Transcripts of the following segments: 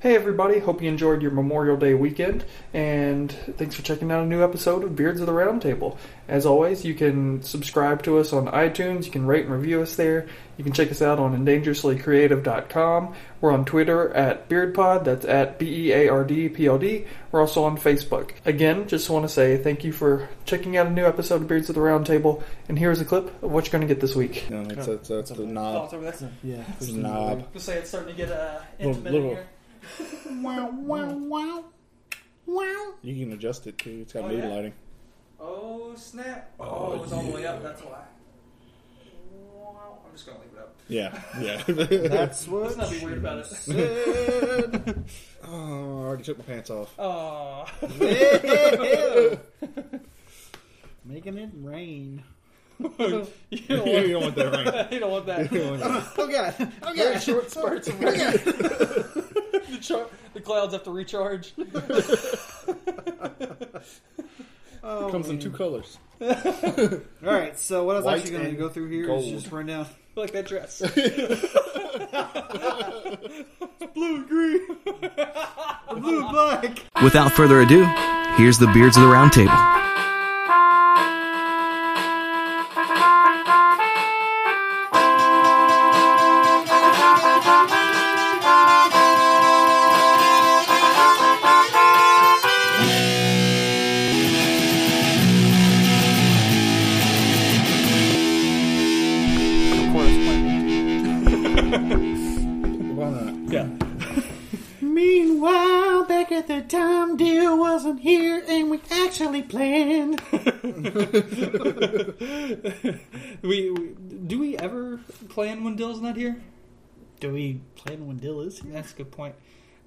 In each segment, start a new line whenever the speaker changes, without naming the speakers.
Hey, everybody. Hope you enjoyed your Memorial Day weekend, and thanks for checking out a new episode of Beards of the Roundtable. As always, you can subscribe to us on iTunes. You can rate and review us there. You can check us out on endangerouslycreative.com. We're on Twitter at BeardPod. That's at B E A R D P L D. We're also on Facebook. Again, just want to say thank you for checking out a new episode of Beards of the Roundtable, and here's a clip of what you're going to get this week.
No, it's, it's, it's, the knob.
Thoughts over this?
Yeah, it's the knob.
Just say it's starting to get uh,
Little-
intimate
little-
in here.
Wow, wow, wow, wow. You can adjust it too. It's got
Oh,
mood
yeah?
lighting.
Oh snap! Oh, it was all the way up. That's why. I'm just gonna leave it up.
Yeah, yeah.
That's what.
Let's not be weird about it.
Good. oh, I already took my pants off.
Oh,
Making it rain.
you
you
don't want,
don't want that rain.
you don't want that.
You don't want that.
Oh god. Oh
Very
god.
short spurts of rain. the, char- the clouds have to recharge.
Oh,
Oh,
It comes in
man.
two colors.
All right. So what I was
White
actually going to
and
go through here is
gold.
just run down.
like that dress.
Blue and
Uh-huh.
black.
Without further ado, here's the Beards of the Round Table.
Why not?
yeah.
Meanwhile, back at the time, deal wasn't here, and we actually planned.
We, we do we ever plan when Dill's not here?
Do we plan when Dill is here?
That's a good point.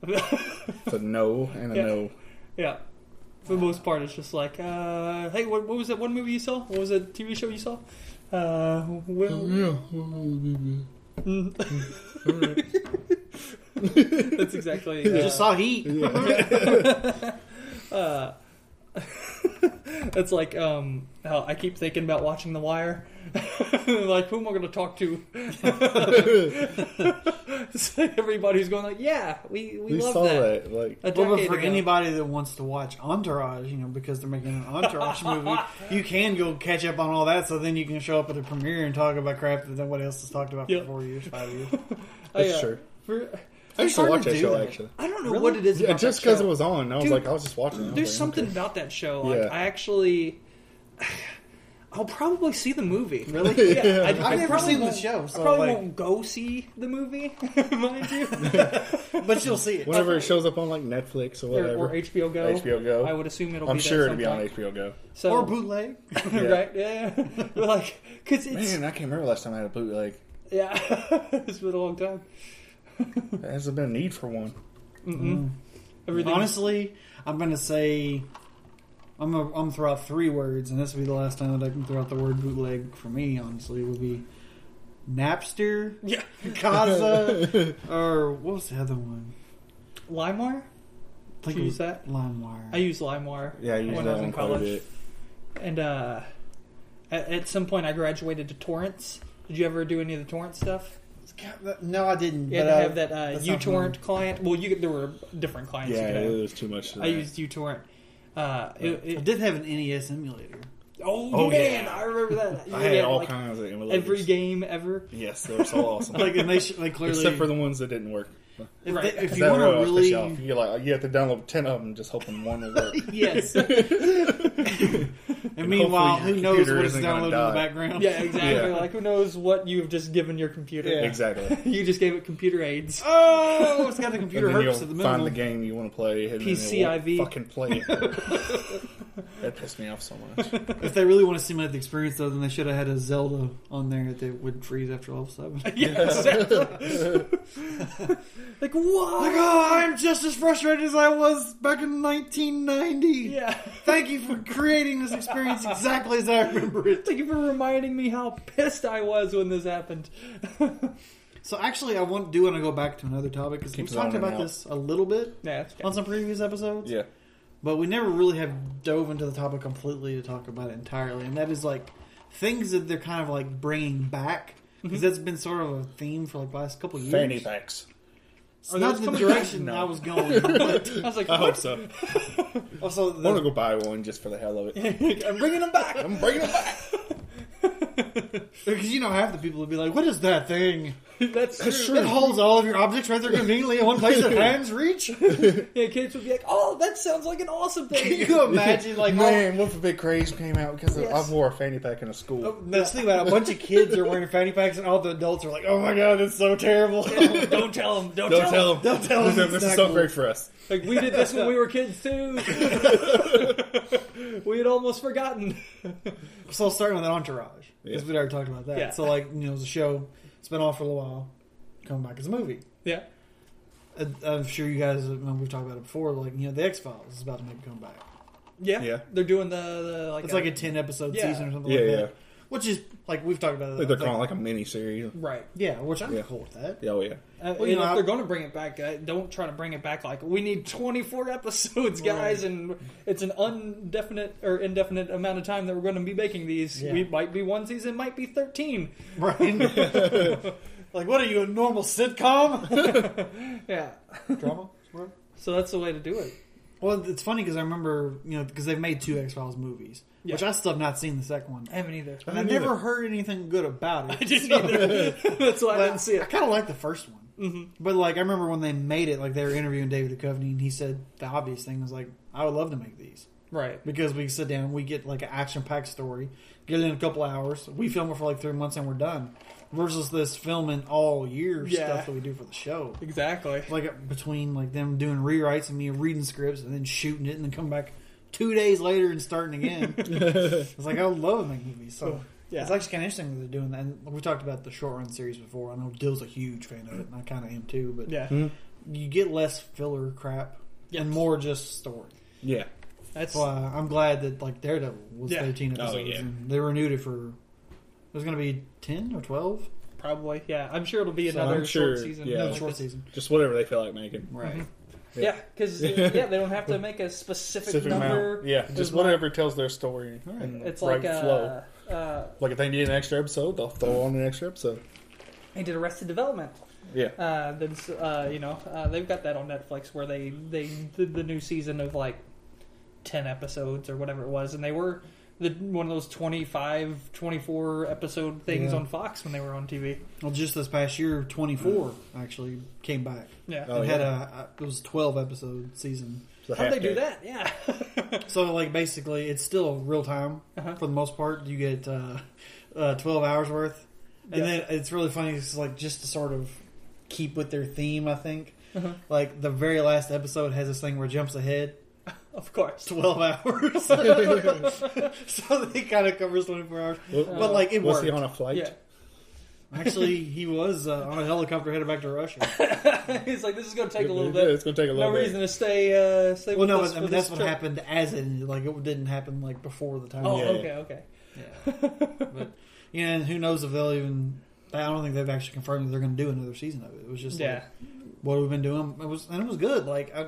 It's a no and a
Yeah.
no.
yeah. For the most part, it's just like, uh, hey, what, what was that one movie you saw? What was that TV show you saw? Uh, well, that's exactly.
I
uh,
just saw Heat.
uh, it's like um, how I keep thinking about watching The Wire. like, who am I going to talk to? so everybody's going like, yeah, we we
Who
love
saw
that.
that? Like,
A
Well, but
decade
for
ago.
anybody that wants to watch Entourage, you know, because they're making an Entourage movie, you can go catch up on all that. So then you can show up at the premiere and talk about crap that nobody else has talked about
Yeah.
for four years, five years.
I,
that's
uh,
true.
for-
I used to
hard
watch
to
that
do
show
that.
actually.
I don't know what it is.
Yeah,
about
just
that
because
show.
it was on, I was
Dude,
like, I was just watching. it. I was
There's
like,
something
okay.
about that show. Like,
Yeah.
I actually, I'll probably see the movie.
Really?
Yeah, I,
I've
I
never
probably
seen the
won't-
show, so,
I probably
like-
won't go see the movie, mind you,
But you'll see it.
Whenever it shows up on like Netflix or
or,
whatever,
or HBO Go.
HBO Go.
I would assume it'll.
I'm
be
sure
there
it'll be on
sometime.
HBO Go.
So,
Or bootleg.
Yeah.
right? Yeah, yeah. We're like, because it's
Man, I can't remember last time I had a bootleg.
yeah, it's been a long time.
There hasn't been a need for one. Mm.
Everything.
Honestly, I'm going to say. I'm gonna, I'm gonna throw out three words, and this will be the last time that I can throw out the word bootleg for me. Honestly, would be Napster,
yeah,
Kaza, or what was the other one?
LimeWire.
I think
You
it
use
was
that?
LimeWire.
I used LimeWire.
Yeah, I used
when I
that
was in
one quite a
college.
bit.
And uh, at, at some point, I graduated to torrents. Did you ever do any of the torrent stuff?
No, I didn't.
You had
but
to
I-
have that uh,
that's not
uTorrent client. Well, you could- there were different clients. you
Yeah,
could have.
it was too much. to
I
that.
used uTorrent. Uh, it,
I
it,
did have an NES emulator.
oh,
Oh,
man,
yeah.
I remember that.
I
You
had all
like,
kinds of emulators.
every game ever.
Yes, they were so awesome.
Like, and they, sh- they clearly.
Except for the ones that didn't work.
if,
Right.
they- if
That
you want
were
to
off the
really,
shelf. you like you have to download ten of them, just hoping one will work.
Yes.
and meanwhile,
hopefully
who
your
knows
computer
what is
isn't gonna
downloading in the
die.
background?
yeah, exactly.
Yeah.
Like who knows what you've just given your computer?
Yeah.
exactly.
You just gave it computer aids.
Oh, it's got the
And
computer
then
herpes
you'll
at the
find
middle.
the game you want to play. And then it
PCIV.
won't Fucking play it. that pissed me off so much.
If they really want to simulate the experience, though, then they should have had a Zelda on there that would freeze after level seven. like,
yeah, exactly. like what?
oh, I'm just as frustrated as I was back in 1990.
Yeah.
Thank you for creating this experience exactly as I remember it.
Thank you for reminding me how pissed I was when this happened.
So actually, I want do want to go back to another topic because we
Keep
talked
zoning
about
out.
this a little bit
Yeah, it's
on
okay.
some previous episodes,
Yeah,
but we never really have dove into the topic completely to talk about it entirely, and that is like things that they're kind of
Mm-hmm.
like bringing back because that's been sort of a theme for like the last couple of years.
fanny packs.
It's
Are
not
those
the
coming
direction
back?
I
No.
was going. But
I was like,
I hope
what?
so. I
also,
want to
the,
go buy one just for the hell of it.
I'm bringing them back.
I'm bringing it back.
because you know half the people would be like, "What is that thing?
That's true.
It holds all of your objects right there conveniently in one place at hand's reach."
Yeah, kids would be like, "Oh, that sounds like an awesome
Can
thing."
you imagine, like, all, Oh,
Man, what if a big craze came out because of-
Yes.
I wore a fanny pack in a school.
let's think about it. a bunch of kids are wearing fanny packs, and all the adults are like, "Oh my god, that's so terrible."
don't tell them. Don't,
Don't
tell,
tell
them.
them.
Don't tell them it's
This
not
is so
cool.
great for us.
Like we did this when we were kids too. we had almost forgotten.
so starting with an entourage, because
Yeah.
we already talked about that.
Yeah.
So like, you know, it was a show, it's been off for a little while, coming back as a movie.
yeah.
And I'm sure you guys, have- we've talked about it before. Like, you know, the X Files is about to make a comeback.
yeah,
Yeah.
They're doing the, the like
It's like a ten episode
Yeah.
season or something
Yeah,
like
yeah.
that. Which is like we've talked about.
Like
it.
they're calling like a mini series.
right.
yeah, which I'm
Yeah.
cool with that.
Yeah, oh yeah.
Uh,
Well,
you
you
know,
if
I-
they're going to bring it back, uh, don't try to bring it back like we need 24 episodes, guys, and it's an indefinite or indefinite amount of time that we're going to be making these.
Yeah.
We might be one season, might be 13.
Right. like, what are you, a normal sitcom?
Yeah,
Drama?
so that's the way to do it.
Well, it's funny because I remember, you know, because they've made two X Files movies,
Yeah.
which I still have not seen the second one.
I haven't either.
And I
didn't
never heard anything good about it.
I didn't either. that's why I didn't see
I
it.
kind of like the first one. Mm-hmm. But, like, I remember when they made it, like, they were interviewing David Duchovny, and he said the obvious thing was, like, I would love to make these.
Right.
Because we sit down, we get, like, an action packed story, get it in a couple hours, we film it for, like, three months, and we're done. Versus this filming all year
Yeah.
stuff that we do for the show.
Exactly.
like between like them doing rewrites and me reading scripts and then shooting it and then coming back two days later and starting again. it's like I love making movies. So
Yeah.
it's actually kind of interesting that they're doing that. And we talked about the short run series before. I know Dill's a huge fan of it, and I kind of am too. But
Yeah.
Hmm.
you get less filler crap
Yes.
and more just story.
Yeah.
That's
So uh, I'm glad that like Daredevil was
Yeah.
13
Oh,
episodes
yeah.
and they renewed it for. It was going to be 10 or 12.
probably yeah. I'm sure it'll be
So
another
I'm
short
sure-
season.
yeah.
No,
like
short
this. Mm-hmm.
season.
Just whatever they feel like making.
Right.
Yeah, because yeah, they don't have to make a specific,
Specific
number.
amount. Yeah.
There's
Just
like-
whatever tells their story in the
It's
right
like uh,
flow.
uh,
Like if they need an extra episode, they'll throw on an extra episode.
they did Arrested Development.
Yeah.
Uh, then uh, you know uh, they've got that on Netflix where they they did the new season of like ten episodes or whatever it was, and they were the one of those 25, 24 episode things
Yeah.
on Fox when they were on TV.
Well, just this past year, 24
Mm-hmm.
actually came back.
Yeah,
Oh,
It had
yeah.
a it was a twelve episode season.
It's a
how'd
half
they do
day.
that? Yeah,
So like basically, it's still real time
Uh-huh.
for the most part. You get uh, uh, twelve hours worth, and
Yeah.
then it's really funny. It's like just to sort of keep with their theme. I think
Uh-huh.
like the very last episode has this thing where it jumps ahead
of course.
twelve hours, so they kind of covers twenty four hours.
Well,
Oh.
but like it
was
worked.
he on a flight?
Yeah,
Actually, he was uh, on a helicopter headed back to Russia.
he's like, this is gonna take a little
Yeah,
bit.
It's gonna take a
No
little bit.
reason to stay. Uh, stay
Well,
with
no,
us
I
for
mean that's
this
what
trip.
happened as it ended. Like it didn't happen like before the time.
Oh,
Yeah.
okay, okay.
Yeah. but yeah, and who knows if they'll even. I don't think they've actually confirmed that they're going to do another season of it. It was just
yeah,
like what we've been doing. It was and it was good. Like I,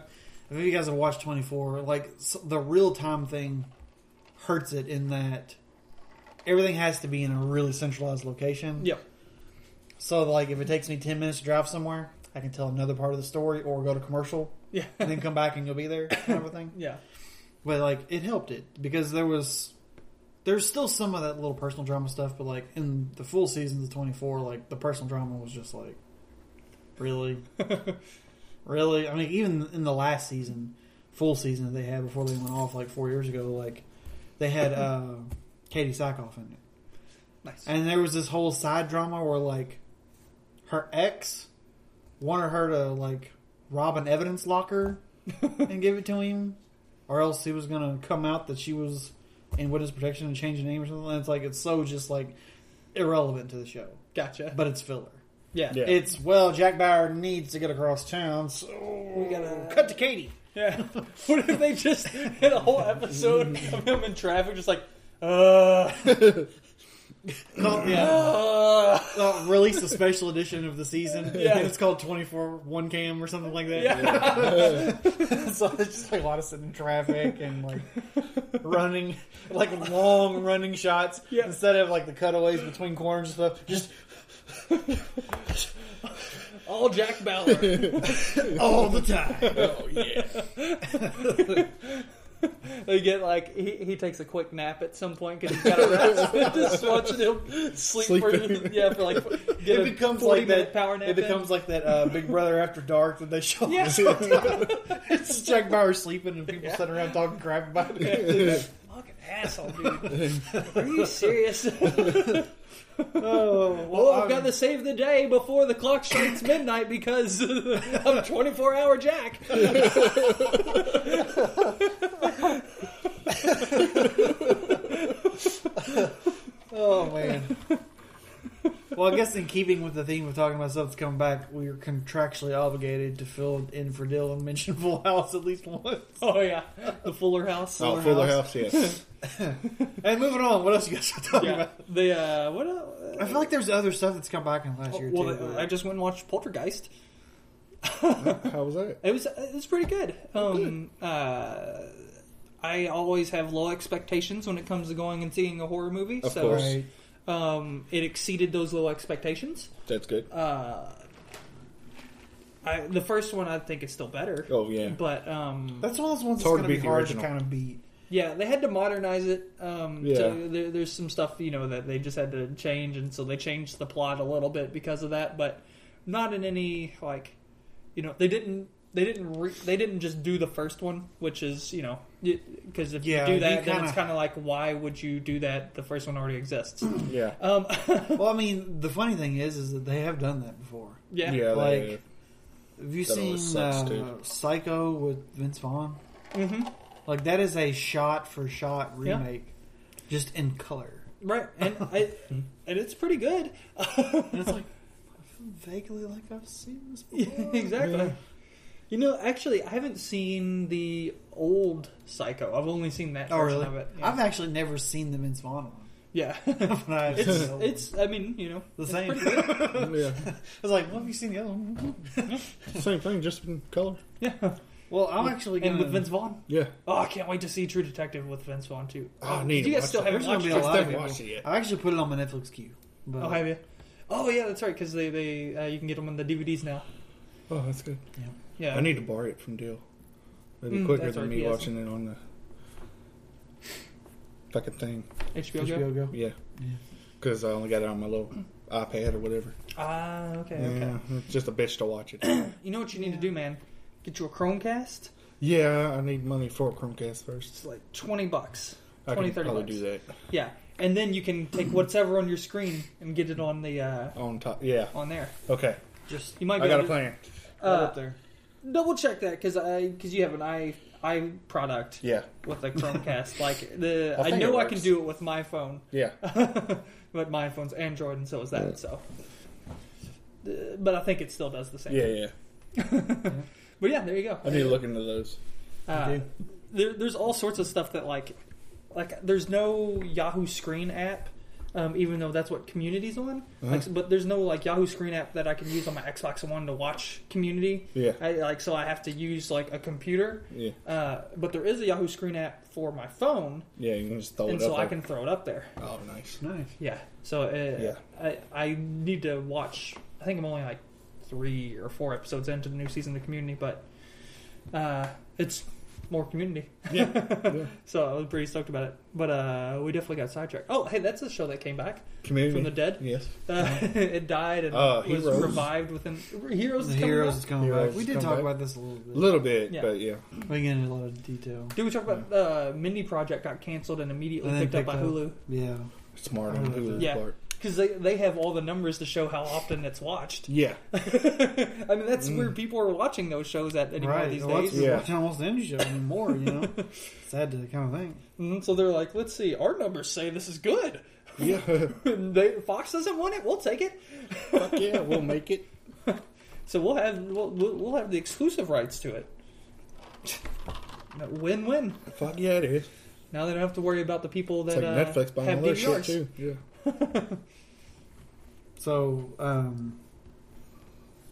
if you guys have watched Twenty Four, like s- the real time thing hurts it in that everything has to be in a really centralized location.
yep,
So like if it takes me ten minutes to drive somewhere, I can tell another part of the story or go to commercial
yeah,
and then come back and you'll be there kind of a thing.
yeah,
But like it helped it because there was there's still some of that little personal drama stuff, but like in the full seasons of 24, like the personal drama was just like really, really. I mean, even in the last season, full season that they had before they went off like four years ago, like they had uh, Katie Sackhoff in it,
nice.
and there was this whole side drama where like her ex wanted her to like rob an evidence locker and give it to him, or else he was gonna come out that she was in witness protection and change the name or something. And it's like it's so just like irrelevant to the show,
Gotcha.
but it's filler.
Yeah,
Yeah.
It's well, Jack Bauer needs to get across town, so we
gotta-
cut to Katie.
Yeah. What if they just had a whole episode of him in traffic, just like, uh,
Call- yeah,
uh,
uh, release a special edition of the season.
Yeah.
and it's called Twenty Four One Cam or something like that.
yeah.
so it's just like a lot of sitting in traffic and like running, like long running shots
Yeah.
instead of like the cutaways between corners and stuff. Just
All Jack Bauer.
all the time.
Oh yeah.
they get like he, he takes a quick nap at some point because he's got to rest. Just watching him sleep,
Sleep.
for yeah for like get
It
a
becomes
40
like that.
minute power nap.
It becomes like that uh, Big Brother After Dark that they show.
Yeah.
it's just Jack Bauer sleeping and people sitting around talking crap about it.
in. fucking asshole, dude. Are you serious?
Oh, well,
oh, I've
I'm-
got to save the day before the clock strikes midnight because I'm 24 hour Jack.
Oh man. well, I guess in keeping with the theme of talking about stuff that's coming back, we are contractually obligated to fill in for Dylan mention Full House at least once.
Oh yeah, the Fuller House.
Oh, Fuller House. Yes.
And moving on, what else you guys are talking
Yeah,
about?
the uh, what? Uh,
I feel like there's other stuff that's come back in the last year
Oh, well,
too.
I just went and watched Poltergeist.
How was that?
It was it was pretty good.
Oh,
Um, uh, I always have low expectations when it comes to going and seeing a horror movie,
Of
so
course.
Right.
um, it exceeded those low expectations.
That's good.
Uh, I, the first one I think is still better.
Oh yeah.
But um,
That's one of those ones
It's
that's
hard
going to
to
be
beat the
hard
original.
to kind of beat.
yeah, they had to modernize it. Um,
Yeah.
to- there, there's some stuff you know that they just had to change, and so they changed the plot a little bit because of that. But not in any like, you know, they didn't they didn't re- they didn't just do the first one, which is you know because if
Yeah,
you do
you
that, then
kinda-
it's kind of like why would you do that? The first one already exists.
Yeah.
um,
Well, I mean, the funny thing is, is that they have done that before.
yeah.
Yeah.
Like-
they-
Have you
That
seen
always sucks,
uh,
dude.
Psycho with Vince Vaughn?
hmm
Like that is a shot for shot
Yeah.
remake, just in color.
Right, and I, and it's pretty good.
And it's like vaguely like I've seen this
Yeah,
before.
exactly. You know, actually, I haven't seen the old Psycho. I've only seen that
Oh,
version
really?
of it.
I've actually never seen the Vince Vaughn one.
Yeah,
But I-
it's it's. I mean, you know,
the
it's
same.
pretty
I
good.
yeah.
was like, well, have you seen the other one?
Same thing, just in color.
Yeah,
Well, I'm actually going
and with Vince Vaughn.
Yeah.
Oh, I can't wait to see True Detective with Vince Vaughn too.
Oh, I need to
you guys
watch
still
that.
haven't
There's going to
watched
be a
it.
it?
lot of
I've
people.
watched it yet.
I actually put it on my Netflix queue. But,
Oh, have you? Oh, yeah, that's right. Because they they uh, you can get them on the DVDs now.
Oh, that's good.
Yeah,
I need to borrow it from Dill. It'll be
Mm,
quicker
that's
than
right,
me
yes.
watching it on the fucking thing.
HBO, Go.
HBO Go.
Yeah.
Yeah.
Because I only got it on my little iPad or whatever.
Ah, okay, okay.
Yeah. It's just a bitch to watch it.
You know what you need
Yeah.
to do, man? Get you a Chromecast.
yeah, I need money for a Chromecast first.
It's like twenty bucks.
I
20,
can
30
probably
bucks.
do that
Yeah, and then you can take whatever on your screen and get it on the uh,
on top. Yeah.
on there.
Okay.
Just
You might. Be
I got a
able to-
plan.
right
Uh,
up there.
double check that because I because you have an i i product
Yeah.
with a Chromecast. like the
I
I,
think it
know I can
works.
do it with my phone,
Yeah.
but my phone's Android and so is that. So, Uh, but I think it still does the same.
Yeah, yeah.
But yeah, there you go.
I need to look into those.
Uh,
Okay.
there, there's all sorts of stuff that like like there's no Yahoo Screen app. Um, even though that's what Community's on,
Uh-huh.
like, but there's no like Yahoo Screen app that I can use on my Xbox One to watch Community.
Yeah.
I, like so I have to use like a computer.
Yeah.
Uh, but there is a Yahoo Screen app for my phone,
Yeah, you can just throw
and
it up.
so I
there.
can throw it up there.
Oh, nice.
Nice.
Yeah. So uh,
Yeah.
I I need to watch. I think I'm only like three or four episodes into the new season of Community, but uh, it's more Community.
Yeah.
So uh, I was pretty stoked about it. But uh, we definitely got sidetracked. Oh, hey, that's a show that came back
Community.
from the dead.
Yes.
Uh, it died and
Uh,
was
Heroes.
revived within Heroes.
The
Is coming
heroes
back?
is coming
Heroes
back. We
is
did
coming
talk
back.
about this a little bit.
A little bit,
Yeah.
but yeah.
We get into a lot of detail.
Did we talk about uh, Mindy Project got canceled and immediately
And then
picked, up by
picked up.
Hulu?
Yeah.
Smart on Hulu's
Mm-hmm. Yeah.
part.
Because they, they have all the numbers to show how often it's watched.
Yeah.
I mean, that's where people are watching those shows at anymore
Mm. Right.
these
Well,
days.
that's-
Yeah.
watching almost any show anymore, you know? Sad to kind of think.
Mhm, So they're like, let's see, our numbers say this is good.
Yeah.
And they, Fox doesn't want it, we'll take it.
Fuck yeah, we'll make it.
So we'll have we'll, we'll we'll have the exclusive rights to it. Win win.
Fuck yeah, it is.
Now they don't have to worry about the people
It's
that
like
uh,
Netflix buying
have
all their shit
DVRs.
too. Yeah.
So, um,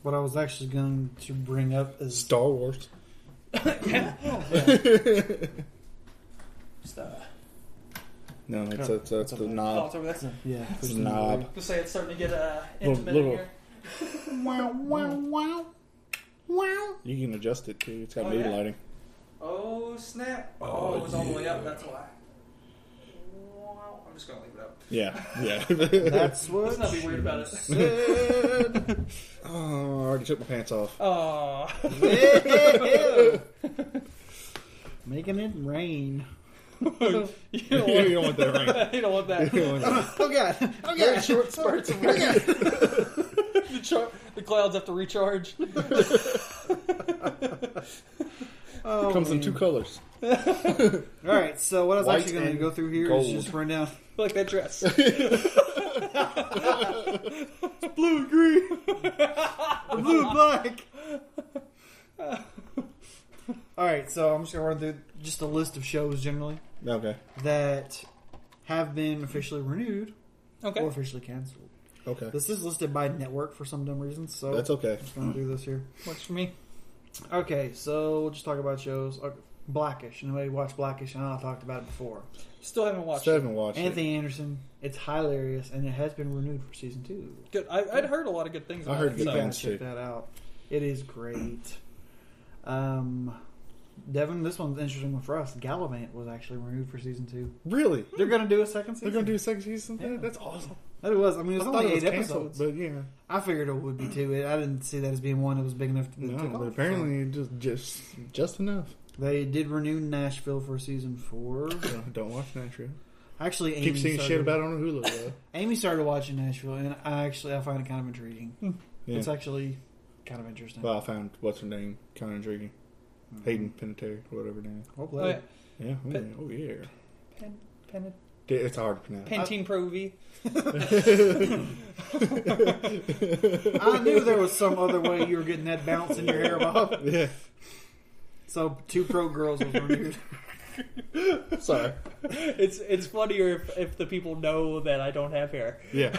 what I was actually going to bring up is
Star Wars.
Oh, Just, uh,
No, it's it's, it's,
It's a-
the
thoughts
knob.
over that.
yeah,
It's a knob.
Just say it's starting to get uh,
Little,
intimate in
little
here.
wow, wow, wow, wow.
You can adjust it too. It's got
Oh,
mood
yeah?
lighting.
Oh snap! Oh, it was all the way up. That's why. Wow, I'm just gonna leave it up.
Yeah, yeah.
That's what.
Let's not be weird about it.
oh, I already took my pants off.
Oh,
Making it rain.
you
you
don't want
don't want that rain.
that. You don't want that.
You don't want that.
Oh god. Oh god. Short spurts of rain.
The, char- the clouds have to recharge.
Oh,
Comes in
man.
two colors.
All right. So what I was
White
actually going
and
to go through here is
gold.
just run down.
like that dress.
Blue and green. or blue and black. All right. So I'm just going to run through just a list of shows generally
Okay.
that have been officially renewed or
Okay.
officially canceled.
Okay.
This is listed by network for some dumb reason. So
That's okay.
I'm just going to do this here.
Works for me.
Okay, so we'll just talk about shows. Okay, Blackish. Anybody watch Blackish? I know I talked about it before.
Still haven't watched
Still haven't watched it.
Anthony Anderson. It's hilarious, and it has been renewed for season two.
it. Good. I, I'd heard a lot of good things.
I
About
heard
it,
good
You
so.
gotta
Sounds
check
true.
that out. It is great. Um, Devin, this one's an interesting one for us. Gallivant was actually renewed for season two.
Really?
They're gonna do a second
They're
season.
gonna do a second season?
Yeah.
That's awesome.
That was. I mean, it was
I thought
only
it was
eight
canceled,
episodes.
but yeah.
I figured it would be two. It- I didn't see that as being one that was big enough to.
No,
to-
but apparently it just just just enough.
they did renew Nashville for season four.
So don't watch Nashville.
Actually, Amy
Keep seeing shit
started-
about it on Hulu though.
Amy started watching Nashville, and I actually I find it kind of intriguing.
Yeah.
It's actually kind of interesting.
well, I found what's her name kind of intriguing.
Mm-hmm.
Hayden Panettiere, whatever name.
Well
Oh, yeah.
played.
Yeah. Oh,
But-
yeah. oh yeah.
Pen, pen,
D- It's hard to pronounce.
Pantene Pro V.
I knew there was some other way you were getting that bounce in your hair, Bob.
yeah.
So two pro girls was renewed.
Sorry.
It's it's funnier if, if the people know that I don't have hair.
Yeah.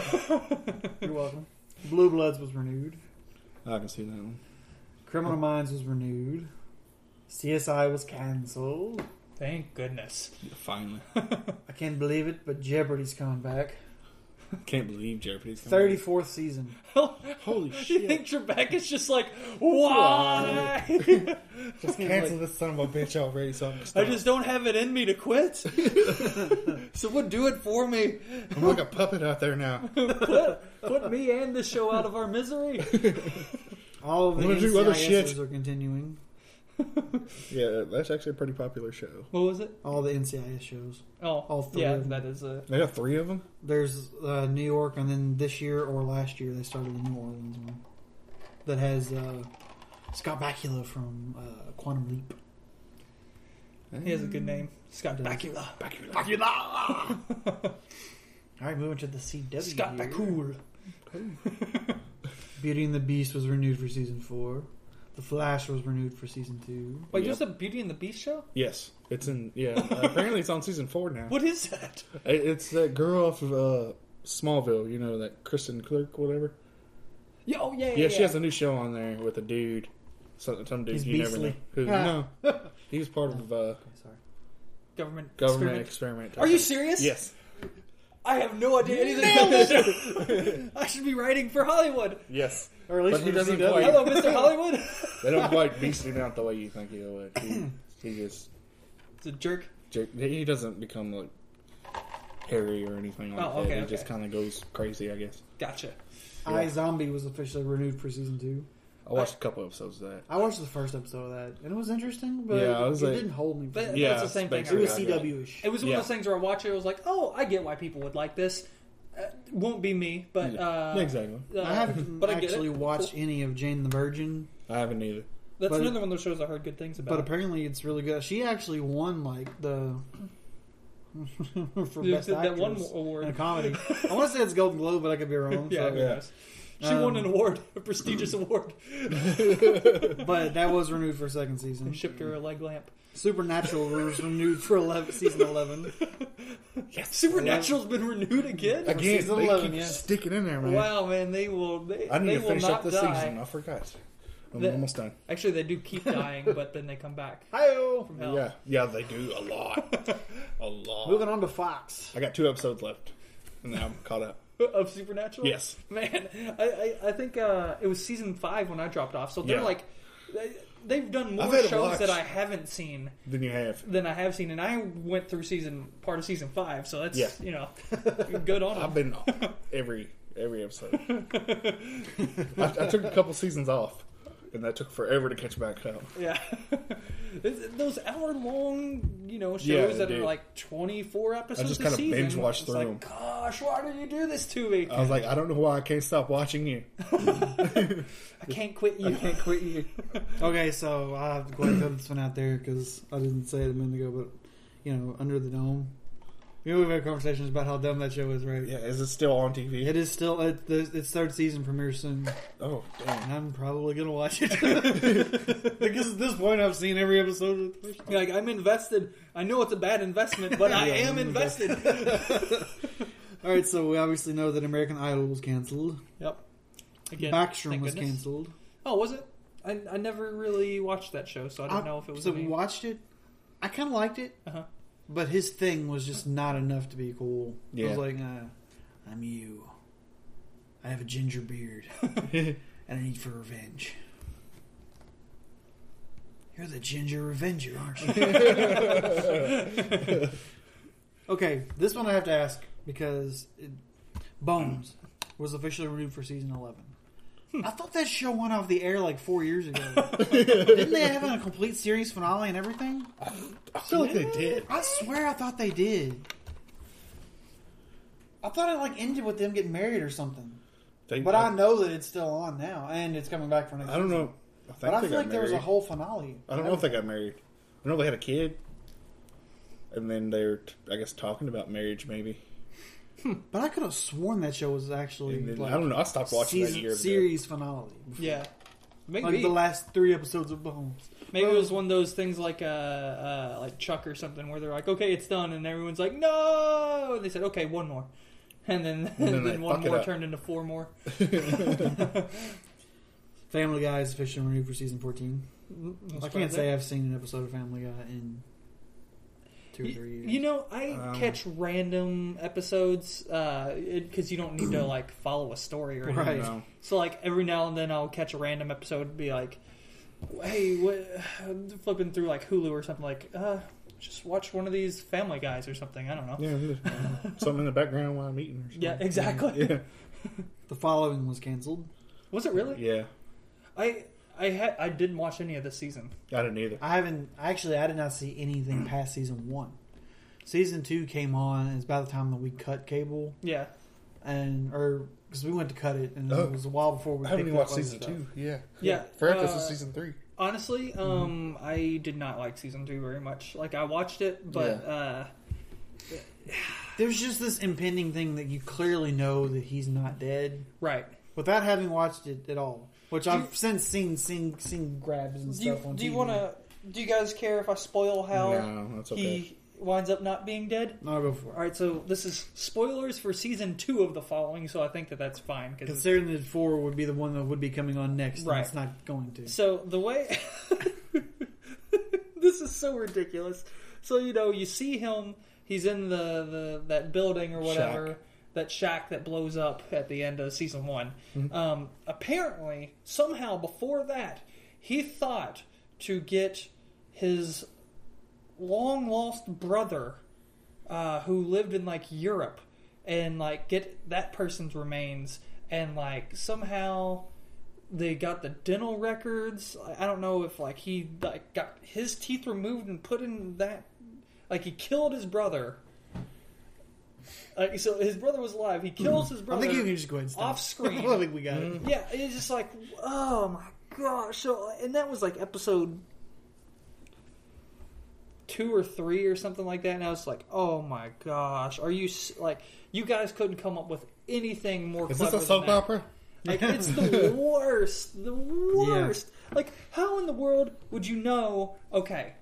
You're welcome. Blue Bloods was renewed.
I can see that one.
Criminal Minds was renewed. CSI was canceled.
Thank goodness.
Finally.
I can't believe it, but Jeopardy's coming back.
Can't believe Jeopardy's coming.
Thirty fourth season.
Holy
You think
shit.
Trebek is just like, why?
Just cancel this son of a bitch already. So I'm,
I just don't have it in me to quit. Someone do it for me.
I'm like a puppet out there now. I'm
Put me and the show out of our misery.
All of the
I'm gonna do other
NCISs
shit.
are continuing.
Yeah, that's actually a pretty popular show.
What was it?
All the NCIS shows.
Oh,
All three
yeah,
of them.
that is uh, a.
They got three of them.
There's uh, New York, and then this year or last year they started the New Orleans one that has uh, Scott Bakula from uh, Quantum Leap.
He has a good name, Scott
Does.
Bakula.
All right, moving to the CW.
Scott
here.
Bakula.
Beauty and the Beast was renewed for season four. The Flash was renewed for season two.
Wait,
Yep.
there's a Beauty and the Beast show.
Yes, it's in. Yeah, uh, apparently it's on season four now.
What is that?
It- It's that girl off of uh, Smallville. You know that Kristen Clerk, whatever.
Yeah, oh yeah, yeah.
Yeah, she has a new show on there with a dude. Some, some dude
He's
you
beastly.
never know. Who, no, he was part of uh,
Okay, sorry.
government.
government
experiment.
experiment.
Are you serious?
Yes.
I have no idea anything about this show. I should be writing for Hollywood.
Yes.
Or at
least
least
But he for doesn't
for
CW.
CW.
quite.
Hello, Mr. Hollywood.
They don't quite beast him out the way you think he would. He, he just
It's a jerk.
Jake- he doesn't become like hairy or anything like
Oh,
that.
okay,
he
okay.
just kind of goes crazy, I guess.
Gotcha.
I Zombie was officially renewed for season two.
I watched a couple episodes of that.
I watched the first episode of that, and it was interesting, but
Yeah, I was
it
like-
didn't hold me.
But
Yeah,
that's the same thing.
Space
it was
Yeah.
CW-ish.
It was one
Yeah.
of those things where I watched it. I was like, oh, I get why people would like this. Uh, won't be me, but uh,
Yeah, exactly.
uh,
I haven't
but I get
actually
it.
watched any of Jane the Virgin,
I haven't either.
That's
but-
another one of those shows I heard good things about.
But apparently, it's really good. She actually won like the for
Yeah,
best
that one
Actress
award.
in a comedy. I want to say it's Golden Globe, but I could be wrong.
yeah,
so-
who knows? she
Um,
won an award, a prestigious award.
but that was renewed for a second season.
Shipped her a leg lamp.
Supernatural was renewed for 11, season eleven.
Supernatural's been renewed again.
Again,
season
they
11,
keep
yeah.
sticking in there, man.
Wow, man, they will. They,
I need
they
to
will
finish
not
up this
die.
season. I forgot. I'm
The-
almost done.
Actually, they do keep dying, but then they come back.
Hi-oh.
From hell.
Yeah, yeah, they do a lot, a lot.
Moving on to Fox.
I got two episodes left, and now I'm caught up.
of Supernatural?
Yes.
Man, I, I, I think uh, it was season five when I dropped off. So they're
Yeah.
like, they, they've done more
I've had it
shows
watched.
that I haven't seen
Then you have.
than I have seen, and I went through season part of season five. So that's
Yeah.
you know, good on
I've
them.
been every every episode. I, I took a couple seasons off, and that took forever to catch back up.
Yeah, It's- those hour-long you know shows
Yeah,
that
dude.
are like twenty-four episodes.
just
a
kinda
season.
binge-watched
It's
through Uh,
like, Gosh, why do you do this to me?
I was like, I don't know why I can't stop watching you.
I can't quit you.
can't quit you.
Okay, so I have to go ahead and throw this one out there because I didn't say it a minute ago, but you know, Under the Dome. You know, we've had conversations about how dumb that show is, right?
Yeah, is it still on TV?
It is still it, the, its third season premieres soon,
Oh damn!
and I'm probably gonna watch it because at this point I've seen every episode. Of the first
You're like I'm invested. I know it's a bad investment, but I am invested.
All right, so we obviously know that American Idol was canceled.
Yep. Again,
Backstrom
thank
was
goodness.
canceled.
Oh, was it? I, I never really watched that show, so I don't know if it was.
Uh, so
any-
watched it. I kind of liked it,
Uh-huh.
but his thing was just not enough to be cool. I
Yeah.
was like, uh, I'm you. I have a ginger beard, and I need for revenge. You're the ginger revenger, aren't you? okay, this one I have to ask because it, Bones was officially renewed for season 11. I thought that show went off the air like four years ago. Didn't they have a complete series finale and everything?
I feel like they did.
I swear I thought they did. I thought it like ended with them getting married or something.
They,
But I know that it's still on now and it's coming back for next
I don't
season.
know. I think
But I
they
feel
got
like there was a
married.
whole finale.
I don't know if they got married. I know they had a kid, and then they were, t- I guess, talking about marriage maybe.
But I could have sworn that show was actually
And then, I
like
don't know. I stopped watching
season,
that year. ago.
series finale.
Yeah. Maybe
Like the last three episodes of Bones.
maybe it was one of those things like uh, uh like Chuck or something where they're like, okay, it's done, and everyone's like, no. And they said, okay, one more, and then
then
then,
they
one
fuck it
more
up.
turned into four more.
Family Guy is officially renewed for season fourteen.
That's
I
what
can't
think.
say I've seen an episode of Family Guy in two or
Y-
three years.
You know, I
Um,
catch random episodes because you don't need to like follow a story or anything.
I
Right.
don't know.
So like every now and then I'll catch a random episode and be like, "Hey, what?" Flipping through like Hulu or something like, uh, just watch one of these Family Guys or something. I don't know.
Yeah, there's something in the background while I'm eating. Or something.
Yeah, exactly.
Yeah,
the following was canceled.
Was it really?
yeah.
I I had I didn't watch any of this season.
I didn't either.
I haven't actually. I did not see anything past season one. Season two came on. and It's about the time that we cut cable
Yeah,
and or because we went to cut it, and
Oh.
it was a while before we.
I haven't even
picked up
watched
other
season
stuff.
two. Yeah,
yeah.
Frank, this
uh,
is season three.
Honestly, um, I did not like season two very much. Like I watched it, but
Yeah.
uh,
There's just this impending thing that you clearly know that he's not dead
right.
without having watched it at all. Which
Do you-
I've since seen, seen, seen grabs and
Do
stuff
you
on
do you
TV.
want to? Do you guys care if I spoil how
no, that's okay.
he winds up not being dead?
No, go for it.
All right, so this is spoilers for season two of the following, so I think that that's fine. Cause
Considering that four would be the one that would be coming on next,
Right.
and it's not going to.
so the way this is so ridiculous. So you know, you see him; he's in the, the that building or whatever, that shack that blows up at the end of season one. Um, apparently, somehow before that, he thought to get his long lost brother uh, who lived in like Europe and like get that person's remains and like somehow they got the dental records. I I don't know if like he like got his teeth removed and put in that like he killed his brother. Like so his brother was alive. He kills his
Hmm. I
brother.
think you can just go ahead and stop.
off screen.
I think we got it.
Yeah, it's just like, oh my gosh. So, and that was like episode two or three or something like that. And I was like, oh my gosh, are you s- like, you guys couldn't come up with anything more?
Is this
clever
a soap
than that.
opera?
Like, it's the worst, the worst. Like, how in the world would you know? Okay,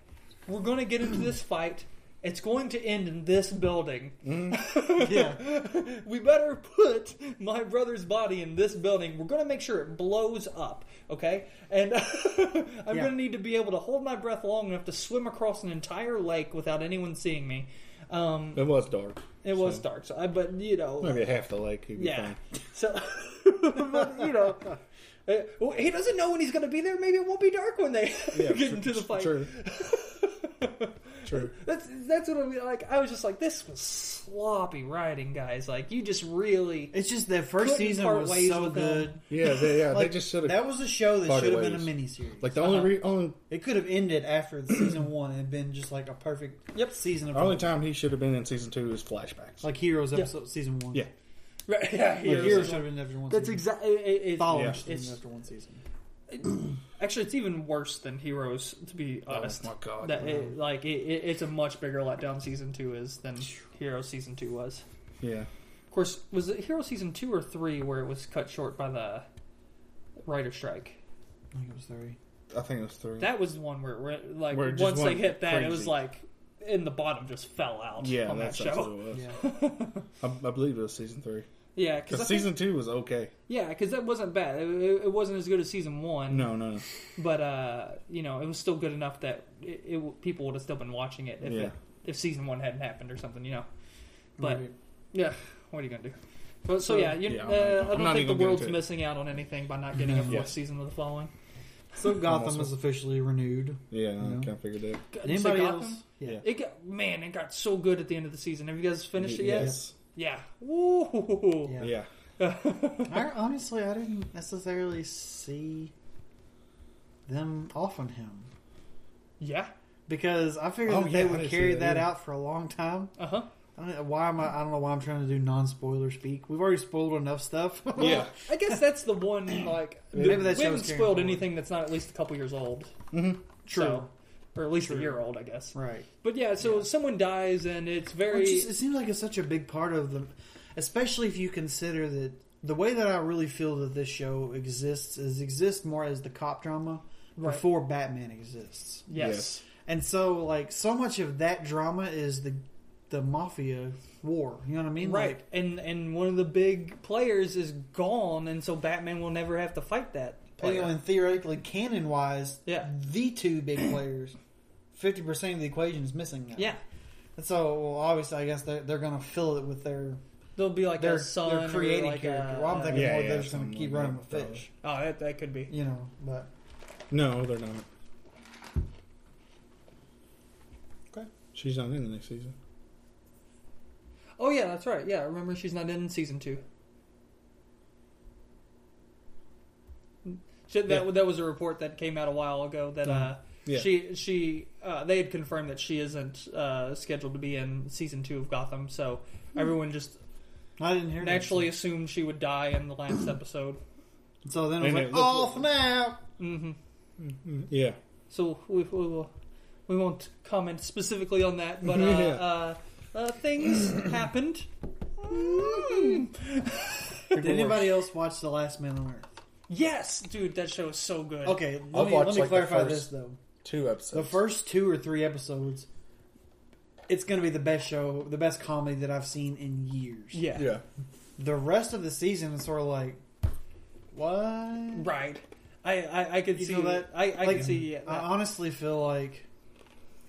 we're going to get into this fight. It's going to end in this building.
Yeah.
We better put my brother's body in this building. We're going to make sure it blows up, okay? And I'm
Yeah.
going to need to be able to hold my breath long enough to swim across an entire lake without anyone seeing me. Um,
It was dark.
it was
So-
dark, so I, but you know,
Maybe half the lake. You'd be
yeah.
fine.
So, but you know, uh, well, he doesn't know when he's going to be there. Maybe it won't be dark when they
Yeah,
get into the fight.
True. True.
That's that's what I mean. Like I was just like, this was sloppy writing, guys. Like you just really
It's just that 1st
couldn't
season
part
was
ways
so
with them.
good.
Yeah, they, yeah.
Like,
they just should have.
That was a show that
parted
should have been a
ways.
miniseries.
Like the only
Uh-huh.
re- only
it could have ended after the season one and been just like a perfect
Yep.
season of
only time he should have been in season two is flashbacks.
like Heroes episode season one.
Yeah.
Right, yeah,
Like,
here's-
Heroes should have been after one.
that's
season.
exactly. It, it,
Fallen
Yeah.
should have been
It's-
after one season.
actually, it's even worse than Heroes, to be honest.
Oh my god.
that it, like it, it, it's a much bigger letdown season two is than Heroes season two was.
yeah.
Of course, was it Hero season two or three where it was cut short by the writer strike?
I think it was three.
I think it was three.
That was the one where, where like
Where it just
once they
went
hit that, it was
crazy.
like in the bottom just fell out.
yeah,
on that
that's,
show.
that's what it was.
Yeah.
I, I believe it was season three.
Yeah, because
Because season two was okay.
yeah, because that wasn't bad. It, it- it wasn't as good as season one.
No, no, no.
but uh, you know, it was still good enough that it, it people would have still been watching it if
Yeah.
it, if season one hadn't happened or something. You know, but
Right.
yeah, what are you gonna do? But, so yeah, you,
Yeah, I'm
uh,
not-
I
I'm not
don't think the
even gonna
world's
do it.
missing out on anything by not getting a fourth
Yeah.
season of the following.
so Gotham
also-
is officially renewed.
Yeah, I
No.
kind of figured that.
God, so
Anybody
Gotham-
else? Yeah.
Yeah.
It got man, it got so good at the end of the season. Have you guys finished it yet?
Yes.
Yeah. Woo.
Yeah.
Yeah.
I, honestly, I didn't necessarily see them off on him
Yeah.
because I figured
Oh,
that
yeah,
they
I
would
didn't see
carry
that
that
either.
out for a long time.
Uh huh.
I don't know why am I? I don't know why I'm trying to do non-spoiler speak. We've already spoiled enough stuff.
Yeah.
I guess that's the one like
Maybe
the-
that
we
show's
haven't
carrying
spoiled
forward.
anything that's not at least a couple years old.
Mm-hmm.
True.
So- or at least
True.
a year old, I guess.
Right.
But yeah, so someone dies and it's very
Which is, it seems like it's such a big part of them, especially if you consider that the way that I really feel that this show exists is exists more as the cop drama
Right.
before Batman exists,
yes.
and so like so much of that drama is the the mafia war. You know what I mean?
Right,
Like,
and and one of the big players is gone, and so Batman will never have to fight that
you
player.
know, and theoretically, canon wise,
Oh, Yeah.
the two big players, fifty percent of the equation is missing. Now.
yeah,
And so well, obviously, I guess they're they're going to fill it with their
there'll be like
their,
a son
their creating
or like
character.
A,
well, I'm thinking
Yeah,
more
yeah,
they're just going
something
to keep
like
running
that,
with fish.
oh, that, that could be.
you know. But
No, they're not. Okay. She's not in the next season.
Oh yeah, that's right. Yeah, I remember she's not in season two. She, that
Yeah.
that was a report that came out a while ago that
Uh-huh.
uh,
Yeah.
she she uh, they had confirmed that she isn't uh, scheduled to be in season two of Gotham. So
Hmm.
everyone just
I didn't hear
naturally assumed she would die in the last episode.
That. So then I was
And
like,
it looked-
off now.
hmm
Mm-hmm. Yeah.
So we we, will, we won't comment specifically on that, but uh,
Yeah.
uh, uh, things happened. Mm.
Did anybody else watch The Last Man on Earth?
Yes, dude, that show is so good.
Okay,
I've
let me, let
watched,
me
like, the
clarify
first-
this though.
Two
The
episodes.
first two or three episodes, it's going to be the best show, the best comedy that I've seen in years.
Yeah.
Yeah.
The rest of the season is sort of like, what?
Right. I I, I could
You
see
know that-
I I
like, uh-uh.
could see yeah,
I
that.
honestly feel like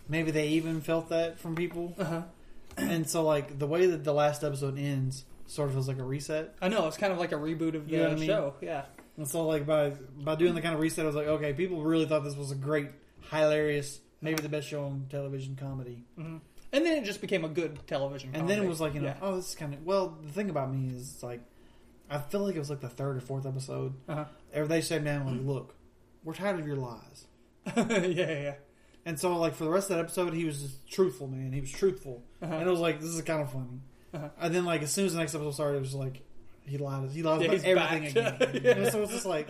maybe they even felt that from people.
Uh-huh.
And so, like, the way that the last episode ends sort of feels like a reset.
I know it's kind of like a reboot of the
You know what I mean?
show. Yeah.
And so, like, by by doing the kind of reset, I was like, okay, people really thought this was a great, hilarious,
Uh-huh.
maybe the best show on television comedy.
hmm And then it just became a good television.
And then it was like, you know,
Yeah.
oh, this is kind of. Well, the thing about me is, it's like, I feel like it was like the third or fourth episode.
Uh-huh.
Or they sat down and, like, look, we're tired of your lies.
yeah, yeah, yeah.
And so, like, for the rest of that episode, he was just truthful, man. He was truthful.
Uh-huh.
And it was like, this is kind of funny.
Uh-huh.
And then, like, as soon as the next episode started, it was like, he lied. He lied
Yeah,
about
he's
everything
back.
again.
Yeah.
And so it's just like,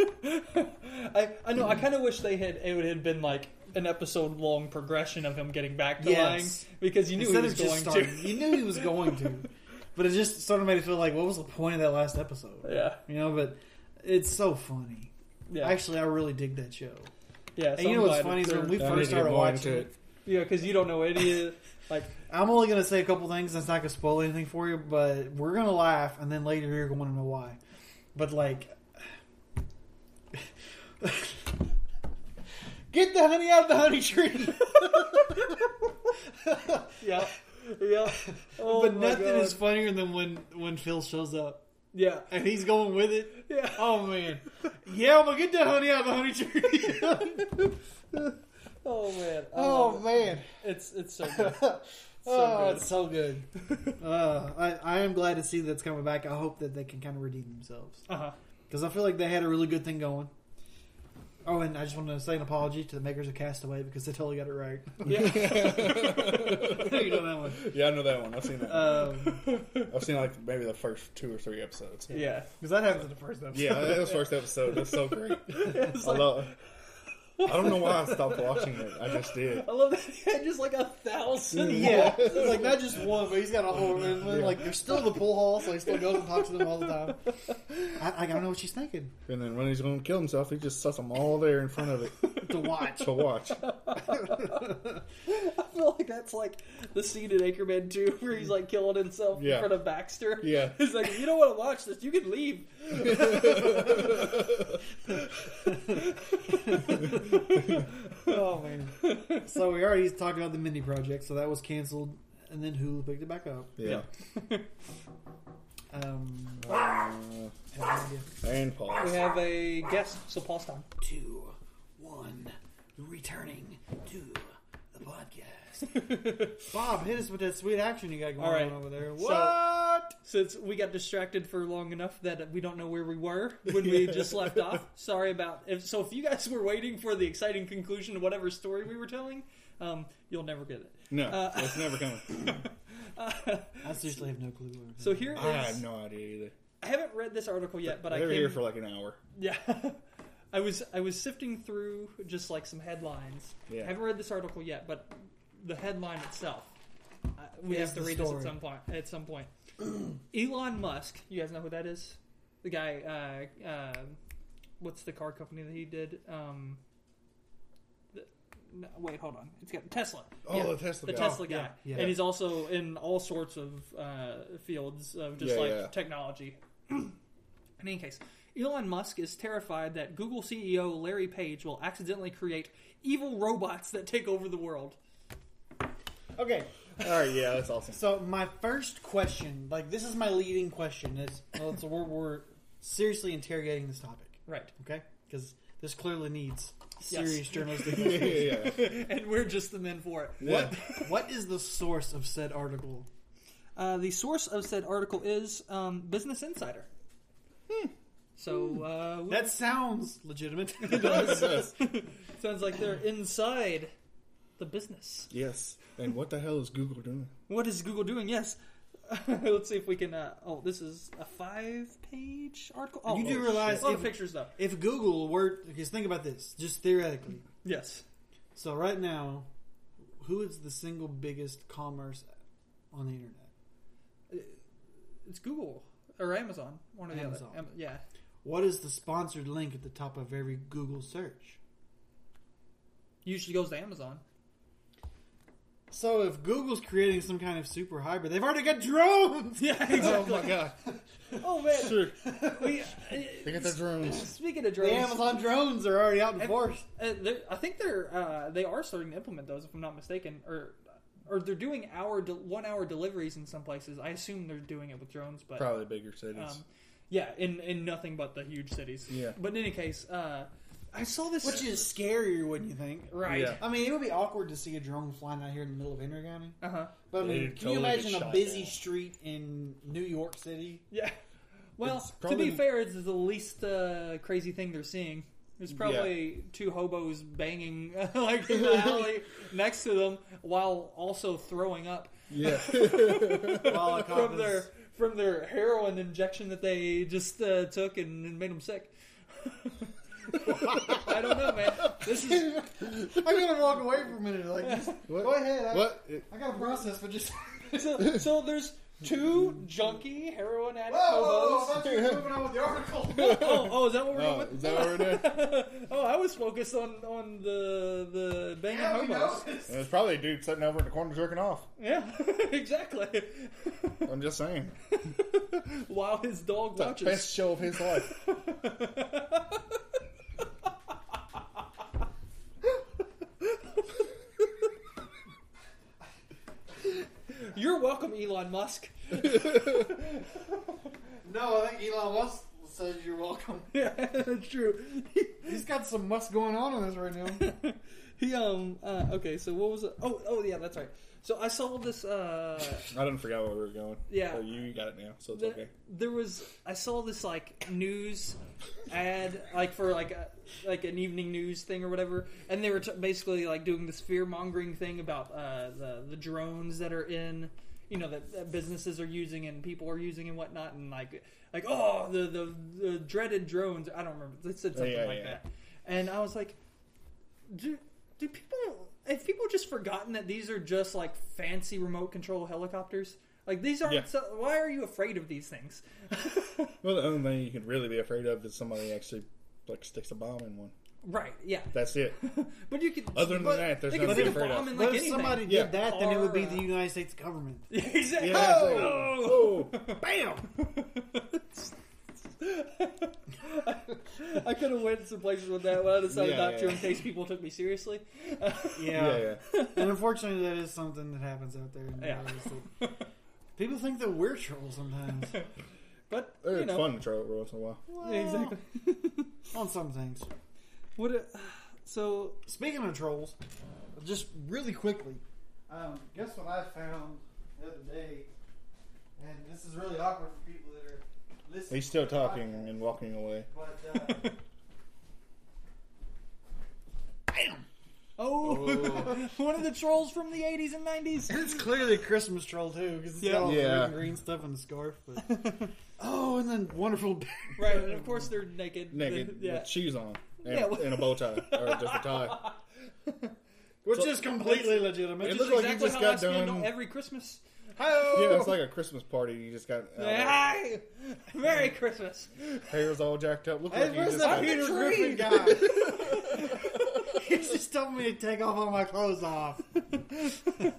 I, I know. I kind of wish they had. It would have been like an episode long progression of him getting back to
Yes.
lying because you knew
instead
he was
of just
going
starting, you knew he was going to. But it just sort of made it feel like, what was the point of that last
to.
episode?
Yeah,
You know, but it's so funny.
yeah,
Actually, I really dig that show.
yeah.
And
so
you
I'm
know what's
glad
funny is
they're-
when we
I need to
first
get
started
more
watching
into
it,
yeah, because you don't know any like
I'm only going to say a couple things that's not going to spoil anything for you, but we're going to laugh, and then later you're going to know why. But, like, get the honey out of the honey tree.
yeah, yeah. Oh
but
my
nothing
God.
is funnier than when when Phil shows up
Yeah,
and he's going with it.
yeah.
Oh man, yeah, I'm gonna get that honey out of the honey tree.
Oh man. I
oh
love it.
man,
it's it's so good.
oh,
good.
it's so good. uh, I I am glad to see that's coming back. I hope that they can kind of redeem themselves.
Uh huh.
because I feel like they had a really good thing going. Oh, and I just want to say an apology to the makers of Castaway because they totally got it right.
Yeah.
you know that one.
Yeah, I know that one. I've seen that.
Um,
one. I've seen like maybe the first two or three episodes.
yeah.
because that happened in the first episode.
Yeah, that was first episode. That's so great. I love. I don't know why I stopped watching it. I just did.
I love that he had just like a thousand.
Yeah, it's like not just one, but he's got a whole. And then, like there's still the pool hall, so he still goes and talks to them all the time. I, I don't know what she's thinking
And then when he's going to kill himself, he just sets them all there in front of it
to watch.
to watch.
I feel like that's like the scene in Anchorman 2 where he's like killing himself
Yeah.
in front of Baxter.
Yeah.
He's like, "If you don't want to watch this, you can leave.
Oh man! So we already talked about the Mindy project, so that was canceled, and then Hulu picked it back up.
Yeah.
Um,
And
We
pause.
have a guest, so pause time.
two, one, returning to the podcast. Bob, hit us with that sweet action you got going
All right.
on over there.
So-
What?
Since we got distracted for long enough that we don't know where we were when we just left off, sorry about. If, so if you guys were waiting for the exciting conclusion of whatever story we were telling, um, you'll never get it.
No,
Uh,
it's never coming.
I seriously have no clue. Where
So here is.
I have no idea either.
I haven't read this article yet, but I
They
came,
were here for like an hour.
Yeah. I was I was sifting through just like some headlines.
Yeah.
I haven't read this article yet, but the headline itself. I, we
Here's
have to
the
read
story.
this at some point. At some point, Elon Musk. You guys know who that is? The guy. Uh, uh, what's the car company that he did? Um, the, no, wait, hold on. It's got Tesla.
Oh, the Tesla
The
guy.
Tesla guy.
yeah, yeah.
And he's also in all sorts of uh, fields of just
Yeah,
like
yeah.
technology. in any case, Elon Musk is terrified that Google CEO Larry Page will accidentally create evil robots that take over the world.
Okay,
All right, yeah, that's awesome.
so my first question, like this is my leading question. Is well, so we're, we're seriously interrogating this topic,
Right.
okay? Because this clearly needs serious journalistic.
Yeah, yeah, yeah.
And we're just the men for it.
What?
what is the source of said article?
Uh, the source of said article is um, Business Insider.
Hmm.
So uh, we-
That sounds legitimate.
sounds like they're inside the business.
Yes. And what the hell is Google doing?
What is Google doing? Yes. Let's see if we can. Uh, oh, this is a five-page article. Oh,
You do
oh,
realize
shit. a lot of
if-
pictures though.
if Google were, because think about this, just theoretically.
Yes.
So right now, who is the single biggest commerce on the internet?
It's Google or Amazon, one or the
Amazon.
other. Am- yeah.
What is the sponsored link at the top of every Google search?
Usually goes to Amazon.
So if Google's creating some kind of super hybrid, they've already got drones.
Yeah.
Oh
Exactly.
my god!
Oh man.
Sure,
we, uh,
they got the drones.
speaking of
The
drones,
Amazon drones are already out in
And-
force.
uh, they're- I think they're uh, they are starting to implement those, if I'm not mistaken, or or they're doing hour de- one hour deliveries in some places. I assume they're doing it with drones, but
Probably bigger cities.
Um, yeah, in, in nothing but the huge cities.
Yeah.
But in any case, uh, I saw this.
Which is scarier, wouldn't you think?
right.
Yeah.
I mean, it would be awkward to see a drone flying out here in the middle of Henry County.
Uh huh.
But I mean,
It'd
can you
totally get
imagine a
shot
busy
down.
street in New York City?
Yeah. Well,
It's
to
probably-
be fair, it's the least uh, crazy thing they're seeing. There's probably two hobos banging like in the alley next to them while also throwing up
yeah,
While a cop
from
is-
their from their heroin injection that they just uh, took and, and made them sick. I don't know, man. This is
I'm gonna walk away for a minute. Like, just,
What?
go ahead. I,
what? It-
I got a process, but just
so, so there's two junky heroin addict hobos.
you were moving on with the article.
Oh, oh, is that what we're
Oh,
doing?
is that what we're doing?
Oh, I was focused on on the the banging hobos.
There's probably a dude sitting over in the corner jerking off.
Yeah, exactly.
I'm just saying.
While his
It's
dog
the best
watches.
show of his life.
welcome, Elon Musk.
No, I think Elon Musk says you're welcome.
Yeah, that's true.
He's got some must going on in this right now.
He um uh, okay. So what was it? Oh oh yeah, that's right. So I saw this uh
I didn't forget where we were going.
Yeah.
Or you got it now, so it's
the-
okay.
There was I saw this like news ad like for like a, like an evening news thing or whatever, and they were t- basically like doing this fear mongering thing about uh, the the drones that are in you know that, that businesses are using and people are using and whatnot, and like like oh the the, the dreaded drones. I don't remember. They said something
Oh, Yeah,
like
yeah.
that, and I was like, do do people have people just forgotten that these are just like fancy remote control helicopters? Like these aren't.
Yeah.
So, why are you afraid of these things?
Well, the only thing you can really be afraid of is somebody actually like sticks a bomb in one.
Right. Yeah.
That's it.
But you could.
Other than
but
that, there's
they could
nothing
stick
to
a
be afraid
bomb
of.
in,
But
like
if
anything.
somebody
Yeah.
did that, then it would be
Or, uh,
the United States government.
exactly.
Yeah, exactly.
Oh!
Oh,
Bam!
I could have went some places with that, but I decided
Yeah,
not
yeah.
to in case people took me seriously.
Yeah.
yeah, yeah.
And unfortunately, that is something that happens out there. In the
Yeah.
United States. People think that we're trolls sometimes.
But
It's
you know,
fun to try it every once in a while.
Well,
exactly.
On some things.
What? A, so
Speaking of trolls, just really quickly, um, guess what I found the other day? And this is really awkward for people that are listening.
He's still talking and walking away.
But, uh,
oh, one of the trolls from the '80s and '90s.
it's clearly a Christmas troll too, because it's
Yeah.
got all the
Yeah.
red and green stuff in the scarf. But oh, and then wonderful. Bear.
Right, and of course they're naked.
Naked,
Yeah.
with shoes on, and,
Yeah, well-
and a bow tie, or just a tie.
Which is completely legitimate.
It
Just-
looks like you
exactly
just
how I
got
spend
done.
every Christmas.
Yeah,
Hi-oh!
it's like a Christmas party. You just got uh,
Hey, Merry Christmas.
hair's all jacked up. Look
Hey,
like you
where's
just
that
got,
Peter Griffin guy? He's just telling me to take off all my clothes off.
Oh,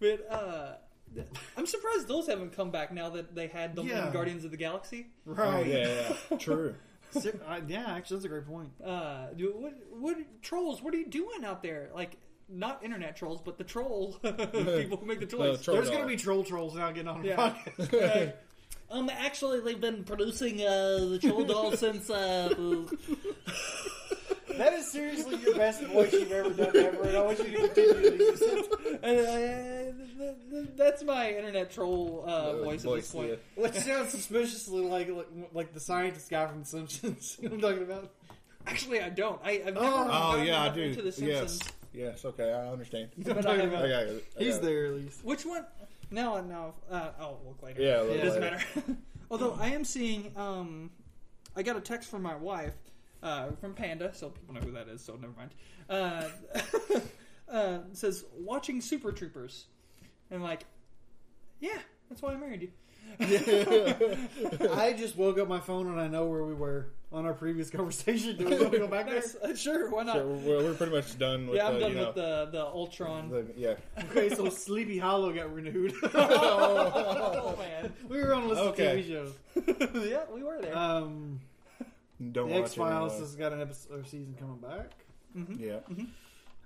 But uh, th- I'm surprised those haven't come back now that they had them
Yeah.
in Guardians of the Galaxy.
Oh,
Right.
yeah, yeah, true.
Si- uh, yeah, actually, that's a great point.
Uh, do- what, what trolls? What are you doing out there? Like not internet trolls, but the troll people who make the toys.
troll-
There's
dog.
going to be troll trolls now getting on the
Yeah.
podcast.
um, actually, they've been producing uh, the troll doll since. Uh,
That is seriously your best voice you've ever done ever, and I want you to continue to use it.
uh, th- th- th- that's my internet troll uh, voice, at this point.
Which sounds suspiciously like like, like the scientist guy from The Simpsons. you know what I'm talking about?
Actually, I don't. I, I've never
Oh.
Oh
gotten
yeah, I
up
do.
into the Simpsons.
Yes, yes. Okay, I understand. Oh,
You know what
But I
I'm talking
haven't.
I
about?
got it. I
He's
got it.
there at least.
Which one? No, no. Uh, I'll look later.
Yeah,
Yeah.
it
It doesn't
Right.
matter. Although I am seeing, um, I got a text from my wife uh, from Panda, so people know who that is. So never mind. Uh, uh, it says watching Super Troopers, and like, yeah, that's why I married you.
I just woke up my phone and I know where we were on our previous conversation. Do we want to go back there?
Nice. uh, sure, why not?
So we're, we're pretty much done with
yeah, I'm
the,
done
you know,
with the the Ultron.
the yeah.
Okay, so Sleepy Hollow got renewed.
oh man,
we were on a list
Okay.
of TV shows.
yeah, we were there.
Um,
Don't
the
watch it
X Files
anymore.
has got an episode or season coming back.
Yeah.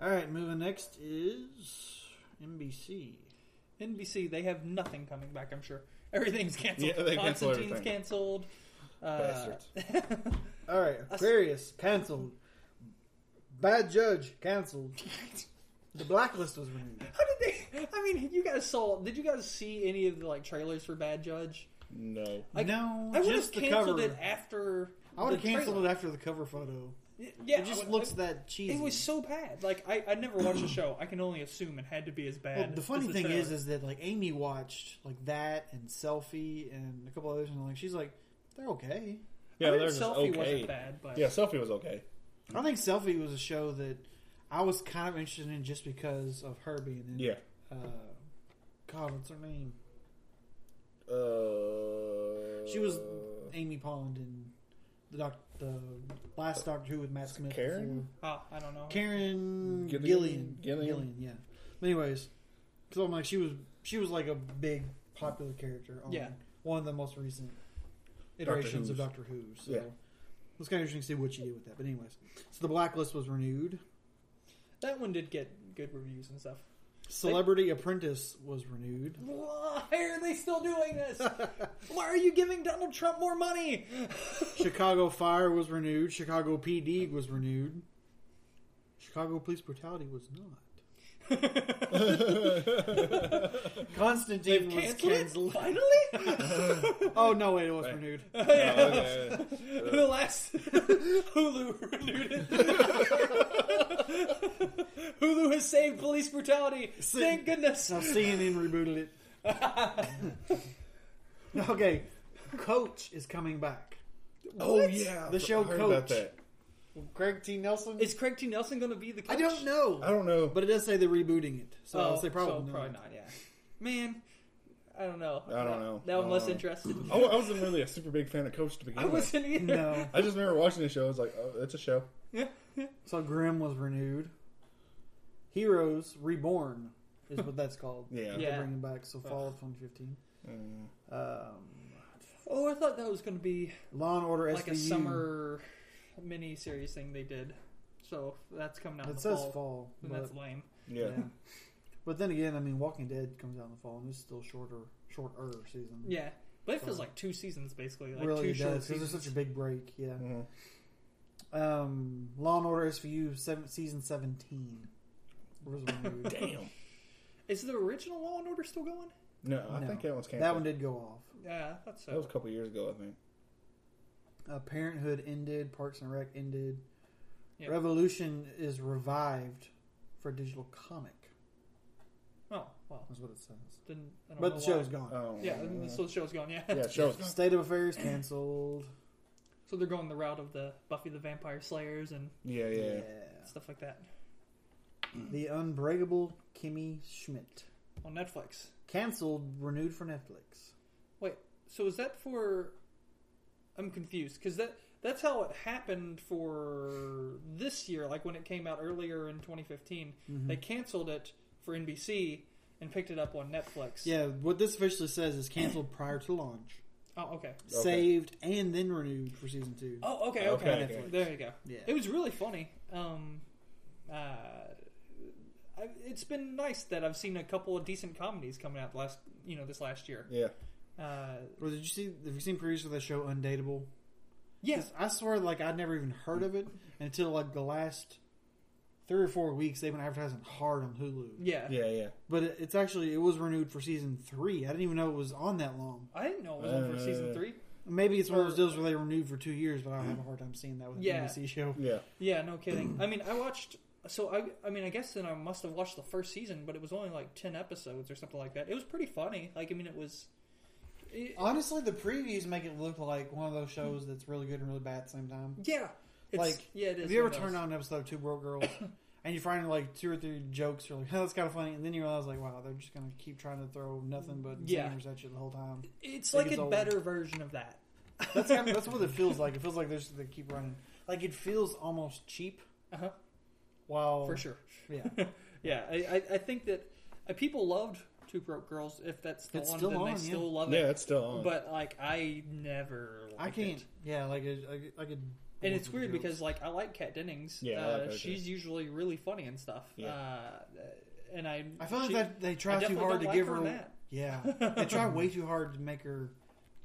All right, moving next is NBC.
NBC, they have nothing coming back. I'm sure everything's canceled.
Yeah, they cancel
Constantine's
everything.
canceled. Uh,
Bastards.
All right, Aquarius canceled. Bad Judge canceled. The Blacklist was renewed.
How did they? I mean, you guys saw. Did you guys see any of the like trailers for Bad Judge?
no.
I-
no,
I would have
just the
canceled
cover.
it after.
I would have canceled it after the cover photo.
it. Yeah,
It
I
just
would-
looks
I-
that cheesy.
It was so bad. Like I, I never watched the show. I can only assume it had to be as bad.
Well, the
as
funny thing
trailer.
is, is that like Amy watched like that and Selfie and a couple others, and like she's like, they're okay.
Yeah,
I heard
they're just
selfie
okay.
wasn't bad, but
Yeah, selfie was okay.
I think Selfie was a show that I was kind of interested in just because of her being in. it.
Yeah.
Uh, God, what's her name?
Uh,
She was Amy Pond in the doc, the last Doctor Who with Matt Smith.
Karen?
Ah, I don't know.
before. Karen
Gillian?
Gillian.
Gillian.
yeah. But anyways, because I'm like she was she was like a big popular character on
Yeah.
one of the most recent iterations of Doctor Who. So
Yeah.
it was kind of interesting to see what she did with that. But anyways, so the blacklist was renewed.
That one did get good reviews and stuff.
Celebrity Apprentice was renewed.
Why are they still doing this? Why are you giving Donald Trump more money?
Chicago Fire was renewed. Chicago PD was renewed. Chicago Police Brutality was not. Constantine was
Cancel it?
canceled.
Finally?
Oh no, wait, it was renewed.
Oh,
the last Hulu renewed it. Hulu has saved police brutality. Thank goodness.
Now CNN rebooted it. okay, Coach is coming back.
Oh yeah,
The
I
show
heard about
Coach.
that.
Craig T. Nelson.
Is Craig T. Nelson going to be the
I
coach?
don't know,
I don't know,
but it does say they're rebooting it, so
Oh,
I'll say probably not.
probably not. Yeah, man. I don't know.
I don't know.
Now
I
I'm
don't
less
know.
interested.
I, Oh, I wasn't really a super big fan of Coach to begin
I
with.
wasn't either.
No.
I just remember watching the show. I was like, oh, that's a show.
So Grimm was renewed. Heroes Reborn is what that's called.
Yeah.
They're
Yeah.
bringing back so fall of 2015.
Mm.
Um,
Oh, I thought that was going to be
Law and Order
like
SVU.
a summer mini series thing they did. So that's coming out. in
It
the
says
fall.
fall,
And
but,
that's lame.
Yeah.
yeah. but then again, I mean, Walking Dead comes out in the fall, and it's still shorter, shorter season.
Yeah, but it feels
So-
like two seasons basically. Like
really
two short
does because there's
seasons.
such a big break. Yeah.
Mhm.
Um, Law and Order SVU seven, season 17 was renewed.
Damn.
Is the original Law and Order still going?
No, I
No.
think that one's canceled.
That one did go off.
Yeah, I thought so.
That was a couple years ago, I think.
Uh, Parenthood ended. Parks and Rec ended.
Yeah.
Revolution is revived for digital comic.
oh well,
Is what it says.
then I don't
But
know
the show's
why.
gone.
Oh,
Yeah, then
uh,
so the show's gone. Yeah.
yeah, show's gone.
State of Affairs canceled.
so they're going the route of the Buffy the Vampire Slayers and
Yeah, yeah.
stuff like that
The Unbreakable Kimmy Schmidt
on Netflix.
canceled, renewed for Netflix.
Wait, so is that for? I'm confused because that that's how it happened for this year. Like when it came out earlier in 2015,
Mm-hmm.
they canceled it for NBC and picked it up on Netflix.
Yeah, what this officially says is canceled prior to launch,
Oh, okay.
saved, and then renewed for season two.
Oh, okay, okay.
Okay.
There you go.
Yeah.
It was really funny. Um, uh, I, it's been nice that I've seen a couple of decent comedies coming out last, you know, this last year.
Yeah.
Uh,
Well, did you see? Have you seen previews of the show Undateable?
yeah,
Because I swear, like I'd never even heard of it until like the last three or four weeks. They've been advertising hard on Hulu,
yeah,
Yeah, yeah.
but it, it's actually it was renewed for season three. I didn't even know it was on that long.
I didn't know it was on for
Uh,
season three.
Maybe it's one of those deals where they renewed for two years, but I have a hard time seeing that with
Yeah.
an NBC show.
Yeah.
Yeah, no kidding. I mean, I watched. So I, I mean, I guess then I must have watched the first season, but it was only like ten episodes or something like that. It was pretty funny. Like, I mean, it was. it-
Honestly, the previews make it look like one of those shows that's really good and really bad at the same time.
yeah, it's,
Like,
yeah, it is.
Have you ever
one of
turned
those.
on an episode of Two Broke Girls and you find like two or three jokes, you're like, oh, that's kind of funny, and then you realize like, wow, they're just gonna keep trying to throw nothing but
Yeah.
zingers at you the whole time.
It's
It
like
gets
a
old.
better version of that.
That's kind of, that's what it feels like. It feels like they're just, they keep running. Like it feels almost cheap.
Uh huh.
While
For sure.
yeah,
Yeah, I, I, I think that uh, people loved Two Broke Girls. If that's the
It's
one,
still
then they
on, yeah.
still love
Yeah,
it.
it's still on.
But like, I never. Liked
I can't.
it.
Yeah, like I, I, I could.
And it's weird because like I like Kat Dennings.
Yeah, I
uh,
like her too.
she's usually really funny and stuff.
Yeah.
Uh, and I.
I feel like
she-
that they
I
try too
definitely
hard
don't
to
like
give
her
her.
in that.
Yeah, they try way too hard to make her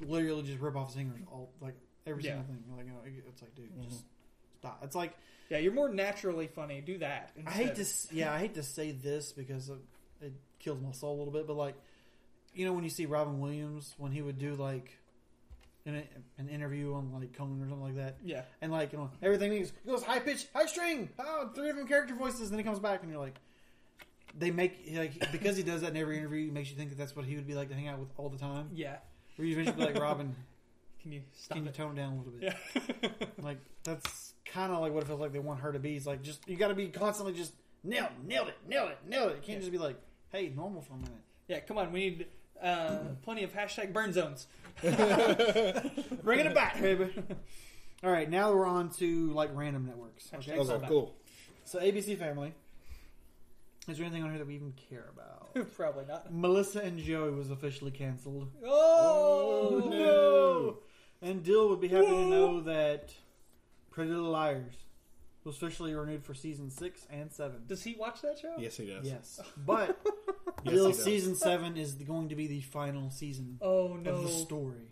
literally just rip off singers all like every
Yeah.
single thing. Like you know, it- it's like dude, just stop. It's like
Yeah, you're more naturally funny. Do that.
I
Instead.
hate to s- yeah I hate to say this because it, it kills my soul a little bit, but like you know when you see Robin Williams when he would do like an, an interview on like Conan or something like that,
Yeah.
and like you know everything is he goes high pitch, high string, oh, three different character voices, and then he comes back and you're like, they make like because he does that in every interview, it makes you think that that's what he would be like to hang out with all the time.
Yeah.
Where you eventually be like, Robin,
Can you stop
can you
it?
tone it down a little bit? like that's kind of like what it feels like they want her to be. It's like just you got to be constantly just nailed, nailed it, nailed it, nailed it. You can't
Yeah.
just be like, hey, normal for a minute.
yeah. Come on. We need uh, plenty of hashtag burn zones.
Bringing it back, baby. All right, now we're on to like random networks.
Hashtag
Okay,
burn
okay, cool.
so ABC Family. Is there anything on here that we even care about?
back. Probably not.
Melissa and Joey was officially canceled.
Oh,
And Dill would be happy to know that Pretty Little Liars was officially renewed for season six and seven.
Does he watch that show?
Yes, he does.
Yes, but
Yes,
Dill
he does.
season seven is going to be the final season
Oh
of
no,
the story.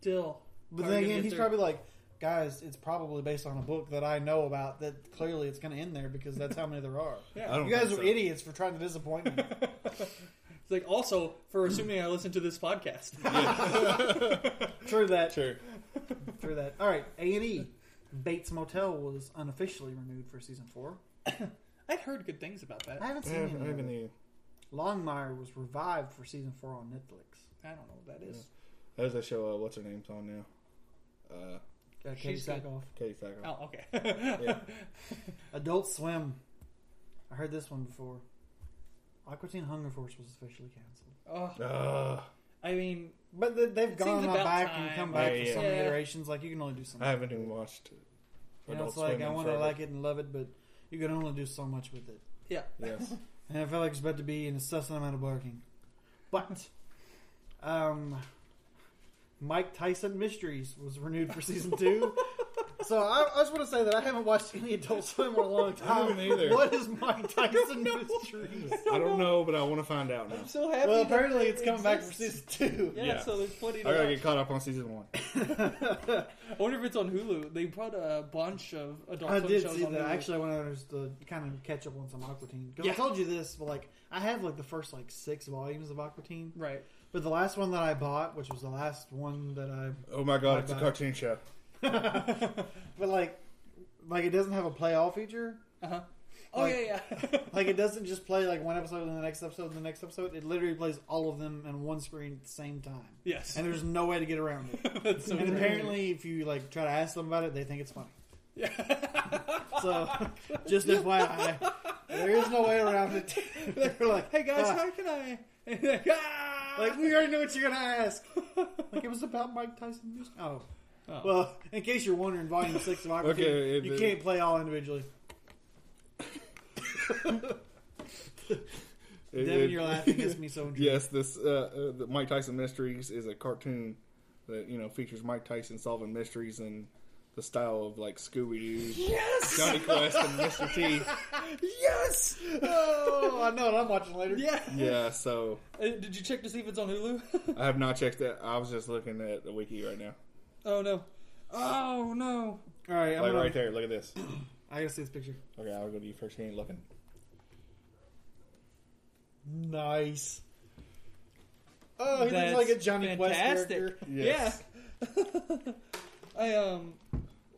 Dill.
But
Are
then
we gonna
again,
get
he's
there?
probably like, guys, it's probably based on a book that I know about. That clearly it's going to end there because that's how many there are.
I don't
You guys are
think so.
idiots for trying to disappoint me.
It's like also for assuming I listen to this podcast.
True that.
Sure.
True that. All right, A and E. Bates Motel was unofficially renewed for season four.
I'd heard good things about
I
that.
haven't
I
seen
haven't, I
any. of
haven't
it.
either.
Longmire was revived for season four on Netflix.
I don't know what that is.
There's that show. Uh, what's her name's on now? Uh,
Uh, Katie
She's good.
Sackhoff.
Katie Sackhoff.
Oh, okay.
Yeah.
Adult Swim. I heard this one before. Aqua Teen Hunger Force was officially canceled.
oh,
Ah,
I mean,
But they, they've
It
gone
seems about
back
time.
and come back
Yeah,
for
yeah.
some
Yeah.
iterations. Like you can only do so
I
much.
haven't even watched.
You know,
Adult
it's like
Swim
I
in
want to
forever.
like it and love it, but you can only do so much with it.
yeah.
Yes.
And I felt like it's about to be an incessant amount of barking. But, um, Mike Tyson Mysteries was renewed for season two. so I, I just want to say that I haven't watched any Adult Swim in a long time.
haven't either.
What is Mike Tyson Mysteries?
I don't know, but I want to find out now.
I'm so happy.
Well,
that
apparently
it
it's coming back for
exists.
season two.
Yeah,
Yeah.
so there's plenty.
I
To
gotta
watch.
get caught up on season one.
I wonder if it's on Hulu. They put a bunch of adult
I
swim
did
shows
see
on
that.
Hulu.
Actually, I wanted to kind of catch up on some Aqua Teen. 'Cause
Yeah.
I told you this, but like I have like the first like six volumes of Aqua Teen.
right?
But the last one that I bought, which was the last one that I,
Oh my god, it's a
Bye-bye.
cartoon show.
but like, like it doesn't have a play all feature.
Uh huh. Oh
Like-
yeah, yeah.
Like it doesn't just play like one episode and the next episode and the next episode. It literally plays all of them on one screen at the same time,
yes.
and there's no way to get around it.
That's so
and
great.
apparently, if you like try to ask them about it, they think it's funny.
yeah.
So, just FYI, there is no way around it. They're like,
Hey guys,
"Ah,
how can I? Ah!
Like we already know what you're gonna ask. like it was about Mike Tyson. Music. Oh.
Oh.
well, in case you're wondering, Volume Six of Aqua
Okay,
Teen,
it-
you
it-
can't play all individually.
It-
Devin,
it-
you're laughing gets me so intrigued.
Yes, this uh, uh, the Mike Tyson Mysteries is a cartoon that you know features Mike Tyson solving mysteries in the style of like Scooby Doo, yes! Johnny Quest, and Mr. T.
yes.
Oh, I know what I'm watching later.
Yeah.
Yeah, so
Uh, did you check to see if it's on Hulu?
I have not checked that. I was just looking at the wiki right now.
oh no. Oh no.
All right, I'm
Like
gonna,
right there, look at this.
I gotta see this picture.
Okay, I'll go to you first. You ain't looking.
Nice. Oh, he
That's
looks like a Johnny Quest
fantastic.
character.
Yes.
Yeah. I um.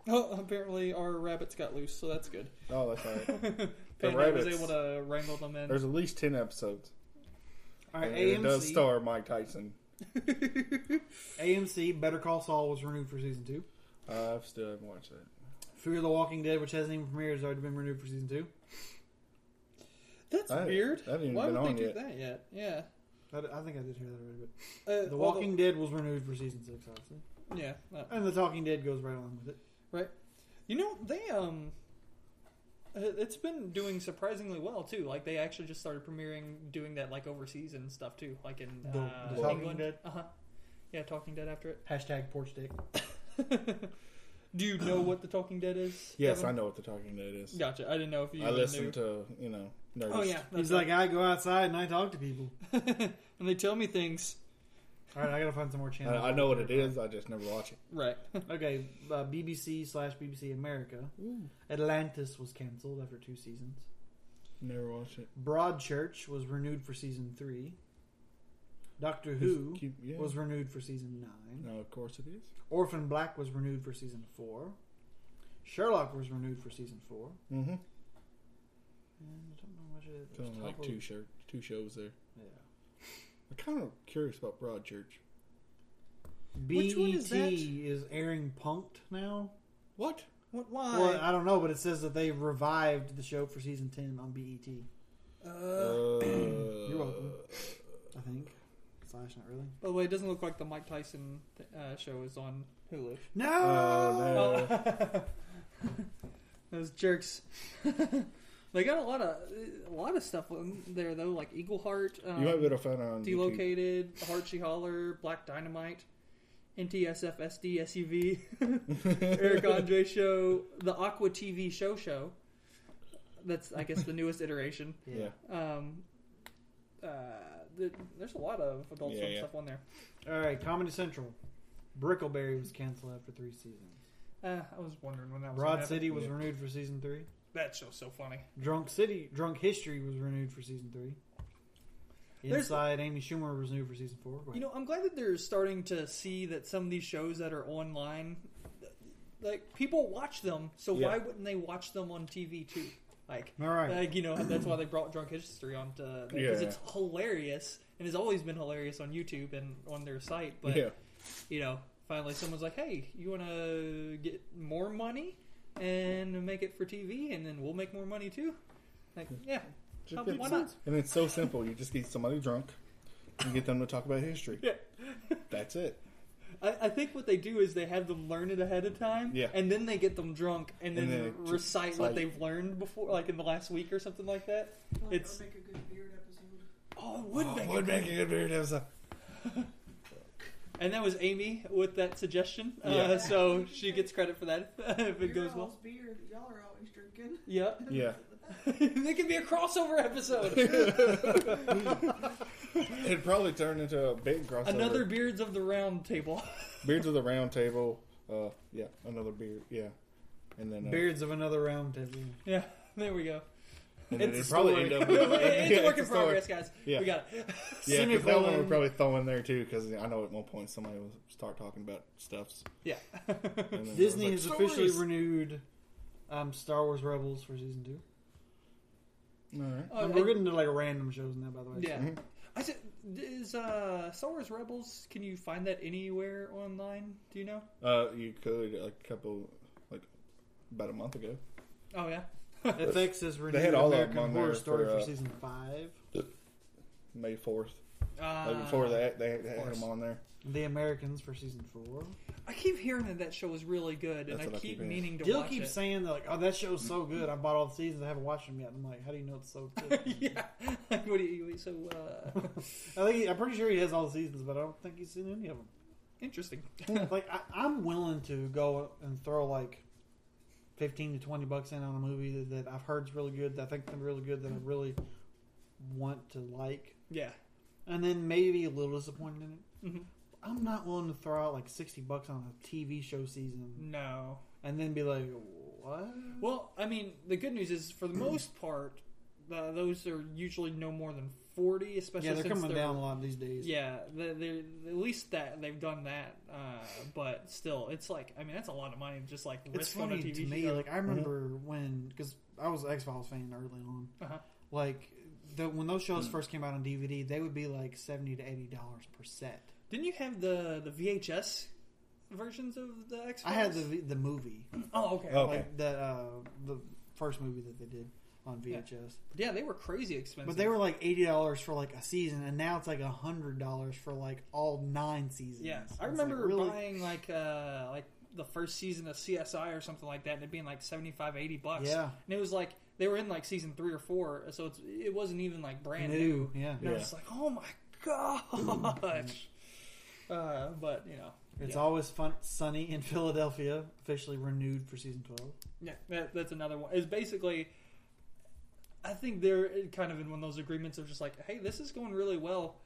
Oh, apparently our rabbits got loose, so that's good.
Oh, that's all right.
Panda
rabbits.
was able to wrangle them in.
There's at least ten episodes.
All right,
And it does
AMC.
star Mike Tyson.
AMC. Better Call Saul was renewed for season two.
I've still haven't watched that.
Fear the Walking Dead, which hasn't even premiered, has already been renewed for season two.
That's
I-
weird.
I haven't even
Why
been
would
on
they
yet.
do that yet? Yeah.
I, I think I did hear that already. But
Uh,
the
well,
Walking Dead was renewed for season six, obviously.
yeah. uh,
And the Talking Dead goes right along with it.
Right. You know, they um uh, it's been doing surprisingly well too. Like they actually just started premiering doing that like overseas and stuff too, like in
The-
uh,
the Talking
England.
Dead?
Uh-huh. Yeah, Talking Dead after
Hashtag porch dick.
it. Do you know what the Talking Dead is?
Yes, I
Kevin?
know what the talking dead is.
Gotcha. I didn't know if you
I
knew.
listen to you know. Nerds.
Oh yeah.
He's
that's
like, I go outside and I talk to people.
right. and they tell me things.
All right, I gotta find some more channels.
I, I know what it is. I just never watch it.
Right.
Okay, uh, BBC slash BBC America. Atlantis was canceled after two seasons.
Never watch it.
Broadchurch was renewed for season three. Doctor Who
Keep- yeah.
was renewed for season nine.
No, of course it is.
Orphan Black was renewed for season four. Sherlock was renewed for season four.
Mm-hmm.
And I don't know much of it.
It's only like
Top
two
of-
shirt, two shows there.
Yeah.
I'm kind of curious about Broadchurch.
BET
Which one is that?
E is airing Punked now.
What?
What why?
Well, I don't know, but it says that they revived the show for season 10 on E BET,
uh,
you're
welcome. I think. Slash, not really.
by the way, it doesn't look like the Mike Tyson uh, show is on Hulu. Uh,
No!
Oh, no.
Those jerks. they got a lot of a lot of stuff in there though, like Eagle Heart, um,
you might be able to find it on YouTube.
Delocated, Heart She Holler, Black Dynamite, NTSFSD SUV, Eric Andre Show, the Aqua TV Show Show. That's I guess the newest iteration.
Yeah.
Um, uh, the, there's a lot of adult
Yeah,
Swim
yeah.
stuff on there.
All right, Comedy Central. Brickleberry was canceled after three seasons.
Uh, I was wondering when that was. gonna
Broad
happen.
City was
Yeah.
renewed for season three.
That show's so funny.
Drunk City, Drunk History was renewed for season three.
There's-
Inside, Amy Schumer was renewed for season four. Go
You
ahead.
know, I'm glad that they're starting to see that some of these shows that are online, th- like people watch them. So
Yeah.
why wouldn't they watch them on TV too? Like,
All right.
like you know, that's why they brought Drunk History on to because
Yeah.
it's hilarious and has always been hilarious on YouTube and on their site. But
Yeah.
you know, finally someone's like, "Hey, you want to get more money and make it for TV, and then we'll make more money too." Like, yeah, How- why not?
And it's so simple. You just get somebody drunk. You get them to talk about history.
Yeah.
That's it.
I, I think what they do is they have them learn it ahead of time,
Yeah.
and then they get them drunk and then
And then they
recite what
recite.
they've learned before, like in the last week or something like that. It's-
make a good beard episode.
Oh, it would make it
would make a good beard episode.
And that was Amy with that suggestion,
Yeah.
uh, so she gets credit for that if it
Your
goes
all's
well.
beer that y'all are always drinking.
Yeah,
Yeah.
it could be a crossover episode.
It'd probably turn into a big crossover.
Another Beards of the Round Table.
Beards of the Round Table. Uh, yeah, another beard. Yeah. And then uh,
Beards of Another Round Table.
Yeah, there we go.
And then
It's
it'd
a
probably
story.
end up.
it's a work in
a story.
progress, guys.
Yeah.
We got it.
Yeah, 'cause that one
Cynical.
would probably throw in there too, because I know at one point somebody will start talking about stuffs.
Yeah.
And then
Disney
I
has
was like,
officially
"Stories!"
renewed um, Star Wars Rebels for season two.
All right.
Oh,
And we're getting into like random shows now, by the way.
Yeah.
Mhm.
I said, is uh, Star Wars Rebels, can you find that anywhere online? Do you know?
Uh, you could a couple, like about a month ago.
Oh, yeah.
FX has renewed
had all of
American
them on
Horror
there
Story
for,
for,
uh,
season five.
May fourth.
Uh,
Like before that, they, they had
course.
them on there.
The Americans for season four.
I keep hearing that that show is really good, and
That's
I
what I
keep
keep hearing.
meaning to
Dill
watch
keeps
it.
saying that like, oh, that show's so good. I bought all the seasons. I haven't watched them yet. I'm like, how do you know it's so good?
yeah. Like, what do you, so, uh,
I think he, I'm pretty sure he has all the seasons, but I don't think he's seen any of them.
interesting.
like I, I'm willing to go and throw like fifteen to twenty bucks in on a movie that, that I've heard's really good, that I think they're really good, that I really want to like,
Yeah.
and then maybe a little disappointed in it.
Mhm.
I'm not willing to throw out like sixty bucks on a TV show season
No.
and then be like, what?
Well, I mean, the good news is, for the most part, uh, those are usually no more than 40, especially
yeah, they're
since
coming
they're,
down a lot these days.
Yeah, they they at least that they've done that, uh, but still, it's like I mean that's a lot of money to just like risk
it's
on a
funny
TV
to me.
show.
Like I remember when because I was an X Files fan early on.
Uh-huh. Mm.
Like the, when those shows first came out on DVD, they would be like seventy to eighty dollars per set.
Didn't you have the the VHS versions of the X?
I had the v- the movie,
oh okay
Oh. Okay.
like that uh, the first movie that they did on VHS,
yeah they were crazy expensive,
but they were like eighty dollars for like a season, and now it's like hundred dollars for like all nine seasons.
yeah.
It's
I
like,
remember
really?
buying like uh like the first season of CSI or something like that, and it being like 75, 80 bucks.
Yeah.
and it was like they were in like season three or four, so it's it wasn't even like brand new.
new, yeah.
And I was just like, oh my gosh. Uh, but you know,
It's
yeah.
always fun. Sunny in Philadelphia officially renewed for season twelve.
Yeah, that, that's another one. It's basically, I think they're kind of in one of those agreements of just like, hey, this is going really well.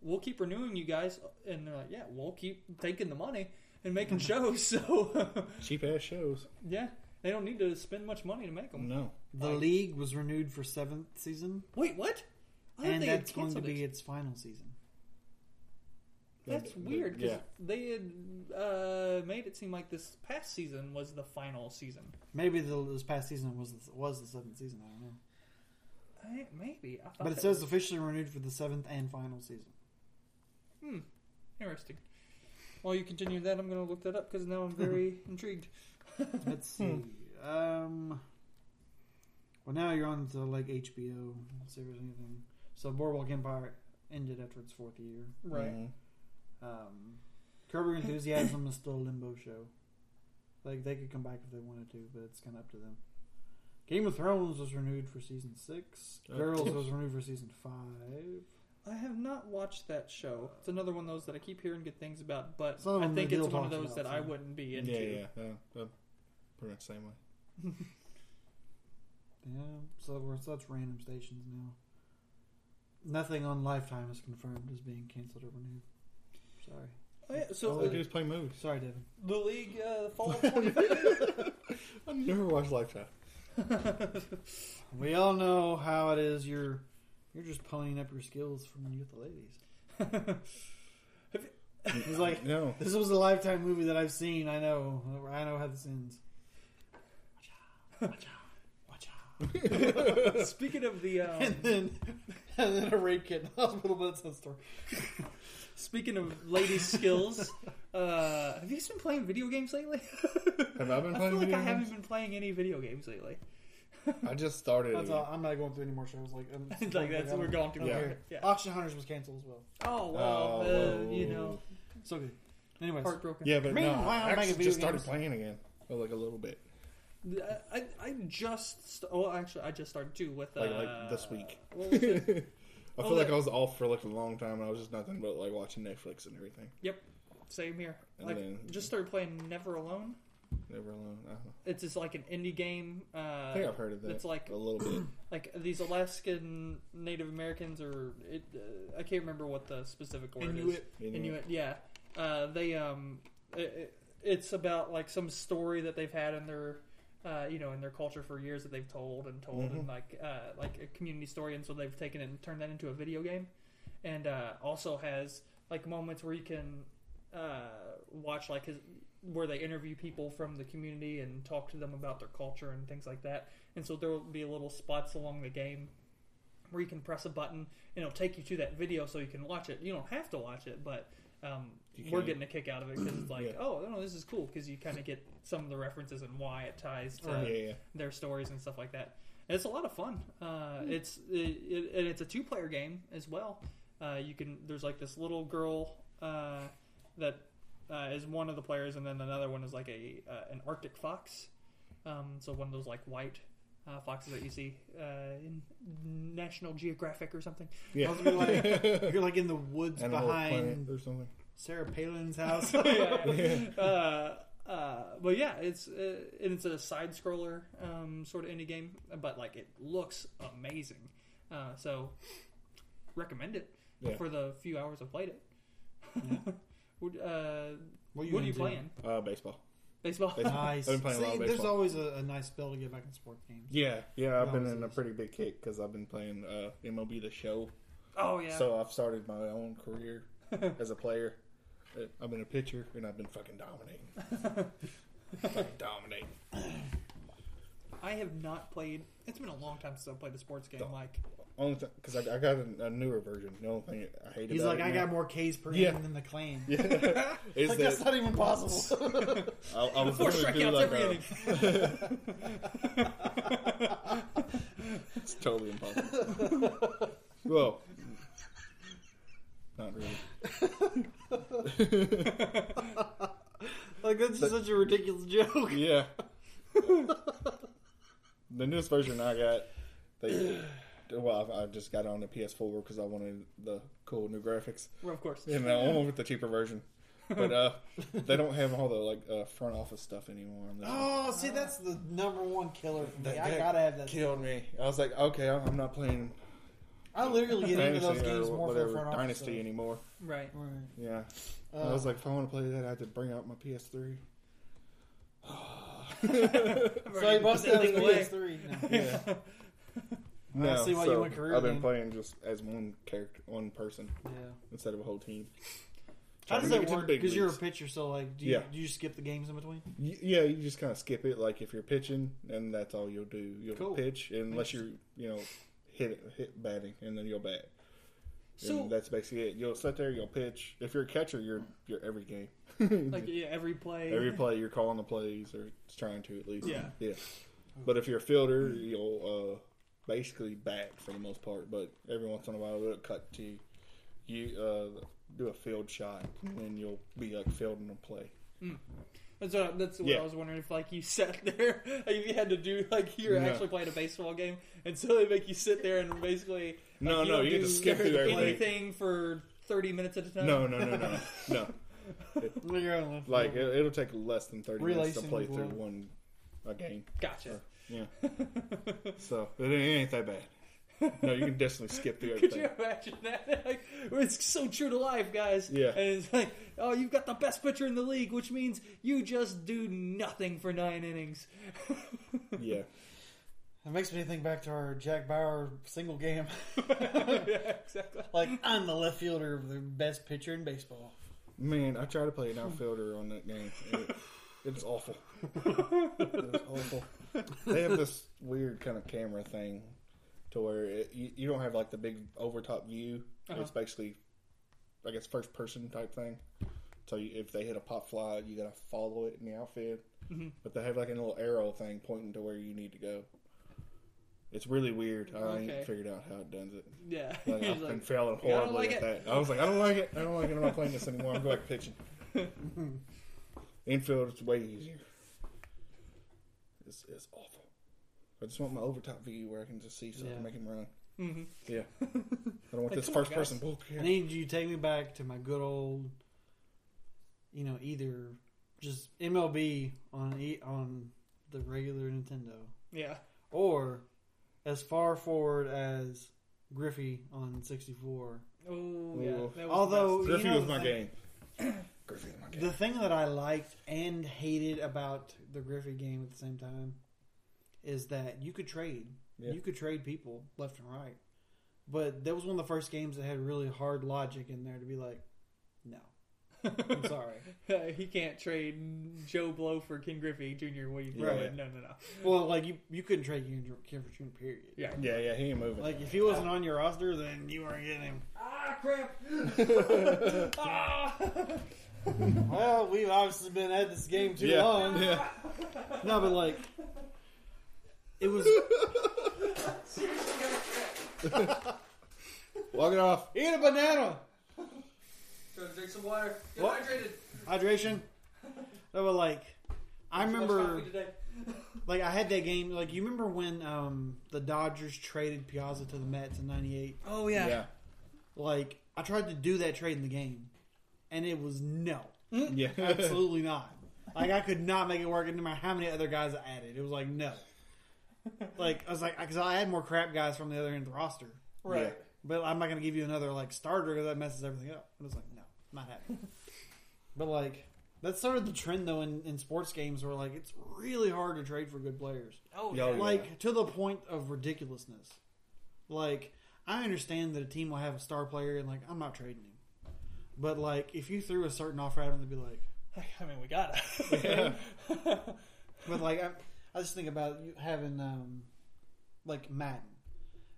We'll keep renewing you guys, and they're like, yeah, we'll keep taking the money and making shows. So
Cheap ass shows.
yeah, they don't need to spend much money to make them.
No.
The
Like-
League was renewed for seventh season,
Wait, what? I thought
and
they had
that's going to
canceled
be
it.
its final season.
That's
The- the-
weird because
yeah.
they had uh, made it seem like this past season was the final season.
Maybe the, this past season was the, was the seventh season. I don't know,
I, maybe, I thought
but it
that
says
was
officially renewed for the seventh and final season.
interesting. While you continue that, I'm going to look that up because now I'm very intrigued.
Let's
Hmm.
see. Um, well, now you're on to like HBO. Let's see if there's anything. So Boardwalk Empire ended after its fourth year.
Right.
Mhm.
Um, Curb Your Enthusiasm is still a limbo show. Like they could come back if they wanted to, but it's kind of up to them. Game of Thrones was renewed for season six.
Oh.
Girls was renewed for season five.
I have not watched that show. It's another one of those that I keep hearing good things about, but
Some of
I
them
think
that
it's
Neil
one of
talks
those
about,
that I
so.
wouldn't be
Yeah,
into.
yeah, yeah. Uh, pretty much the same way.
Yeah, so we're so that's random stations now. Nothing on Lifetime is confirmed as being canceled or renewed. Sorry,
Oh, yeah, So
All they do is play movies.
sorry, Devin.
the league uh, fall of 25.
I never watched Lifetime.
We all know how it is. You're you're just ponying up your skills from youth ladies. He's like,
no.
this was a Lifetime movie that I've seen. I know, I know how this ends. Watch out, watch out,
Speaking of the
watch out.
um,
And then and then a rape kit in the hospital, but it's a story.
speaking of lady skills, uh, have you guys been playing video games lately?
Have I been playing
I feel like
video
I haven't
games?
been playing any video games lately.
I just started.
That's
it.
all. I'm not going through any more shows. Like, I'm,
It's like that's
I'm-
we're going through.
Yeah.
there. yeah.
Auction Hunters was canceled as well.
Oh well,
Oh,
uh, you know,
So good. Anyways,
heartbroken.
Yeah, but no,
Meanwhile,
I
I'm making
actually
video
just started
games.
playing again. Well, like a little bit.
I, I, I just st- oh actually I just started too with uh,
Like, like this week.
what was it?
I
Oh,
feel like
that-
I was off for like a long time, and I was just nothing but like watching Netflix and everything.
Yep, same here.
And
like
then-
just started playing Never Alone.
Never alone. I, don't know.
It's just like an indie game. Uh,
I think I've heard of that.
It's like
a little bit.
like these Alaskan Native Americans or it, uh, I can't remember what the specific word is.
Inuit.
Inuit.
Inuit. Yeah. Uh, they um, i i it's about like some story that they've had in their. Uh, you know, in their culture for years that they've told and told,
Mm-hmm.
and like uh, like a community story, and so they've taken it and turned that into a video game, and uh, also has like moments where you can uh, watch like his where they interview people from the community and talk to them about their culture and things like that. And so there will be little spots along the game where you can press a button and it'll take you to that video so you can watch it. You don't have to watch it, but um,
You
we're
can.
getting a kick out of it because it's like,
Yeah.
oh, no, this is cool because you kind of get some of the references and why it ties to
Yeah, yeah.
their stories and stuff like that. And it's a lot of fun. Uh, It's it, it, and it's a two player game as well. Uh, you can there's like this little girl uh, that uh, is one of the players, and then another one is like a uh, an Arctic fox. Um, so one of those like white uh, foxes that you see uh, in National Geographic or something.
Yeah.
Those were like- you're like in the woods
Animal Planet
behind
or something.
Sarah Palin's house.
Oh, yeah, yeah. Uh, uh, but yeah, it's uh, and it's a side scroller um, sort of indie game, but like it looks amazing. Uh, so recommend it
Yeah.
for the few hours I've played it. Would, uh,
What
what,
are you
are you
into?
playing?
Uh, baseball.
Baseball.
Nice.
I've been playing a lot
See,
of
there's
baseball.
always a, a nice spell to get back in sports games.
Yeah, yeah. I've
No,
been
it's
in a
easy.
pretty big kick because I've been playing uh, MLB The Show.
oh yeah.
So I've started my own career as a player. Uh, I've been a pitcher and I've been fucking dominating. fucking dominating.
I have not played. It's been a long time since I've played a sports game.
No.
Like
Only because I, I got a, a newer version. The only thing I hate
He's
about
like,
it
I
now
got more K's per
Yeah.
inning than the clan.
is
Like, that's
that
not even possible.
I, I was
four
going to do
strikeouts
like
every
a,
inning.
It's totally impossible. well, not really.
like that's just such a ridiculous joke.
Yeah. the newest version I got, they well, I I just got it on the PS4 because I wanted the cool new graphics,
well, of course.
and I went with the cheaper version. But uh, they don't have all the like uh, front office stuff anymore. On this one.
Oh, see, that's the number one killer for me.
That-
I
that
gotta have that.
Killed me. I was like, okay, I'm I'm not playing
I literally get into
Fantasy
those games
or
more for
uh, whatever
the front office.
Dynasty
stuff.
anymore.
Right.
Right.
Yeah, I
Uh,
was like, if I want to play that, I have to bring out my PS3.
so he busted out
Put
his
that thing away.
PS3. No.
Yeah. no,
see why you
so
went career
I've been
then.
playing just as one character, one person
Yeah.
instead of a whole team.
How does
Trying to
that
get to the
work?
big
Because you're a
leagues.
pitcher, so like, do you,
Yeah.
do you skip the games in between?
Y- Yeah, you just kind of skip it. Like if you're pitching, and that's all you'll do. You'll
Cool.
pitch unless you're you know hit hit batting, and then you'll bat.
So-
and that's basically it. You'll sit there, you'll pitch. If you're a catcher, you're you're every game,
Like yeah, every play.
every play. You're calling the plays or trying to at least.
Yeah.
yeah. But if you're a fielder, you'll uh, basically bat for the most part. But every once in a while, it'll cut to you uh, do a field shot, and you'll be like fielding a play.
That's what, that's what
Yeah.
I was wondering if like you sat there, like, if you had to do like you're
No.
actually playing a baseball game, and so they make you sit there and basically like,
No, no,
don't
you get
do
to skip through everything.
anything for thirty minutes at a time.
No, no, no, no, no. Like it, it'll take less than thirty minutes to
Relacing
play
the
through
glove.
one a game.
gotcha.
Yeah. so it ain't that bad. No, you can definitely skip through
Could you
everything.
imagine that? Like, it's so true to life, guys.
Yeah.
And it's like, oh, you've got the best pitcher in the league, which means you just do nothing for nine innings.
Yeah.
It makes me think back to our Jack Bauer single game.
yeah, exactly.
like I'm the left fielder, the best pitcher in baseball.
Man, I tried to play an outfielder on that game. and It, it's awful. It's awful. They have this weird kind of camera thing to where it, you, you don't have like the big overtop view. It's basically, I guess, first person type thing. So you, if they hit a pop fly, you gotta follow it in the outfield. But they have like a little arrow thing pointing to where you need to go. It's really weird. I
Okay.
ain't figured out how it does it.
Yeah.
Like,
He's
I've
like,
been failing
"Yeah, I
horribly
don't
at
like it."
that. I was like, I don't like it. I don't like it. I'm not playing this anymore. I'm going back to pitching. Infield is way easier. It's, it's awful. I just want my overtop view where I can just see something
Yeah.
make him run.
hmm
Yeah. I don't want this
come on,
first person book.
I need you to take me back to my good old, you know, either just MLB on E- on the regular Nintendo,
Yeah.
or as far forward as Griffey on 64.
Oh, yeah.
Ooh.
That was the
Although
best.
Griffey
you know,
was my
the-
game. Griffey was my game.
The thing that I liked and hated about the Griffey game at the same time is that you could trade.
Yeah.
You could trade people left and right. But that was one of the first games that had really hard logic in there to be like, no. I'm sorry.
he can't trade Joe Blow for Ken Griffey Jr. What are you doing?
Right.
No, no, no.
well, like, you, you couldn't trade Ken Ken for June, period.
Yeah.
Yeah, yeah, he ain't moving.
Like, if he wasn't on your roster, then you weren't getting him.
Ah, crap. ah.
Well, we've obviously been at this game too
yeah.
long.
Yeah.
No, but like, it was.
Walk it off.
Eat a banana!
Trying to drink some water. Get
What?
hydrated.
Hydration. No, but like, I remember.
today.
Like I had that game. Like you remember when um, the Dodgers traded Piazza to the Mets in '98?
Oh,
Yeah.
yeah.
Yeah.
Like I tried to do that trade in the game, and it was no, absolutely not. Like I could not make it work. And no matter how many other guys I added, it was like no. Like I was like, because I had more crap guys from the other end of the roster,
Right.
but I'm not going to give you another like starter because that messes everything up. And I was like, no, not happening. but like that started the trend though in, in sports games where like it's really hard to trade for good players.
Oh,
Yo,
yeah.
like to the point of ridiculousness. Like I understand that a team will have a star player and like I'm not trading him, but like if you threw a certain offer at him, they'd be like,
I mean, we got it.
but like I, I just think about you having um, like Madden,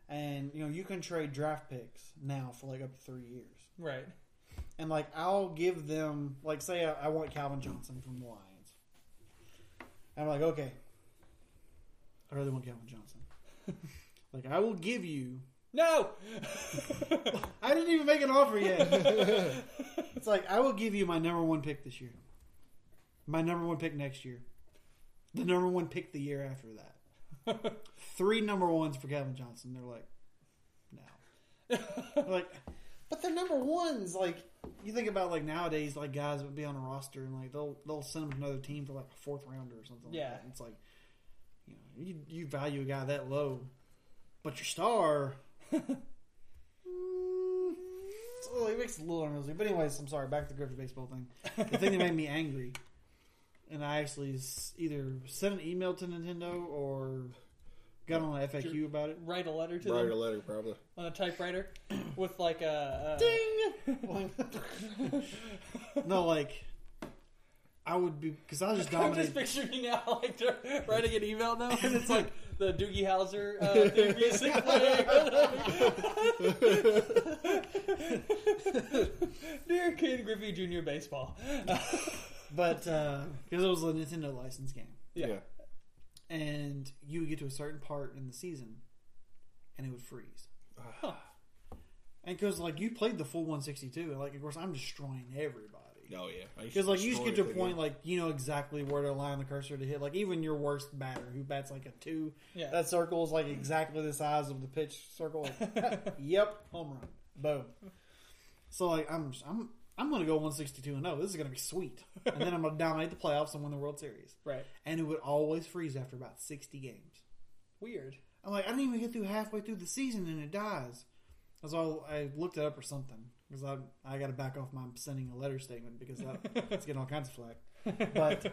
and you know you can trade draft picks now for like up to three years,
right.
and like I'll give them like say I, I want Calvin Johnson from the Lions, and I'm like okay, I really want Calvin Johnson. Like I will give you
No!
I didn't even make an offer yet. it's like I will give you my number one pick this year, my number one pick next year, the number one pick the year after that. Three number ones for Calvin Johnson. They're like, no, They're like, but they're number ones. Like you think about like nowadays, like guys would be on a roster and like they'll they'll send them to another team for like a fourth rounder or something.
Yeah.
like that. it's like you know you, you value a guy that low, but your star. mm, So it makes it a little unrealistic. But anyways, I'm sorry. Back to the Griffey baseball thing. The thing that made me angry, and I actually s- either sent an email to Nintendo or got on an FAQ about it.
Write a letter to
Write
them
a letter, probably.
on a typewriter with like a. a
Ding. no, like I would be because I was just
I'm
dominating.
just picturing you now, like they're writing an email now, and it's like the Doogie Howser uh, theme music playing. Dear Ken Griffey Jr. Baseball.
But because it was a Nintendo license game,
Yeah.
and you would get to a certain part in the season, and it would freeze. And because like you played the full 162, and like of course I'm destroying everybody.
Oh yeah, I used to
Because like you just
destroy
get to a
it,
point
yeah.
like you know exactly where to align the cursor to hit. Like even your worst batter who bats like a two,
Yeah.
that circle is like exactly the size of the pitch circle. Like, yep, home run, boom. So like I'm I'm I'm gonna go 162 and 0. This is gonna be sweet, and then I'm gonna dominate the playoffs and win the World Series.
Right.
And it would always freeze after about 60 games.
Weird.
I'm like I didn't even get through halfway through the season and it dies. That's all I looked it up or something because I I got to back off my sending a letter statement because that, it's getting all kinds of flack. But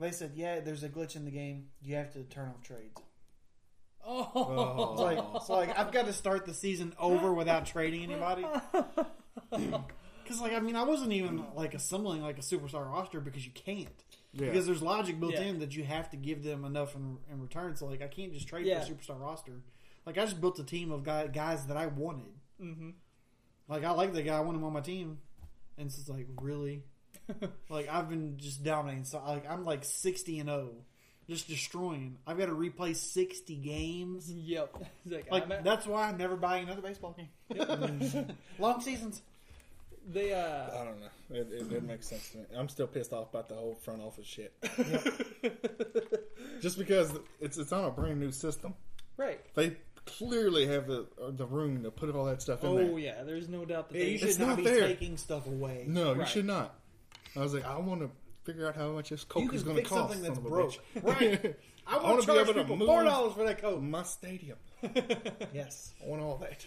they said, yeah, there's a glitch in the game. You have to turn off trades.
Oh.
It's like, it's like I've got to start the season over without trading anybody. Because like I mean, I wasn't even like assembling like a superstar roster because you can't.
Yeah.
Because there's logic built
Yeah.
in that you have to give them enough in, in return. So like I can't just trade
Yeah.
for a superstar roster. Like I just built a team of guy, guys that I wanted.
Mm-hmm.
Like I like the guy, I want him on my team, and it's just like really, like I've been just dominating. So like I'm like sixty and zero, just destroying. I've got to replay sixty games.
Yep. It's like,
Like
I'm at-
that's why I'm never buying another baseball game. Long seasons.
they uh
I don't know. It, it didn't make sense to me. I'm still pissed off about the whole front office shit. Just because it's it's on a brand new system,
right.
they clearly have the uh, the room to put all that stuff in there.
Oh yeah, there's no doubt that
Yeah,
they
you should
It's
not,
not
be
there.
taking stuff away.
No, you
Right.
should not. I was like, I want to figure out how much this coke
you
is
can
going to
fix
cost.
something that's
son of a
broke,
bitch.
right? I
I wanna
want
be
to charge
able to
people
move.
four dollars for that coat.
My stadium.
Yes.
I want all that.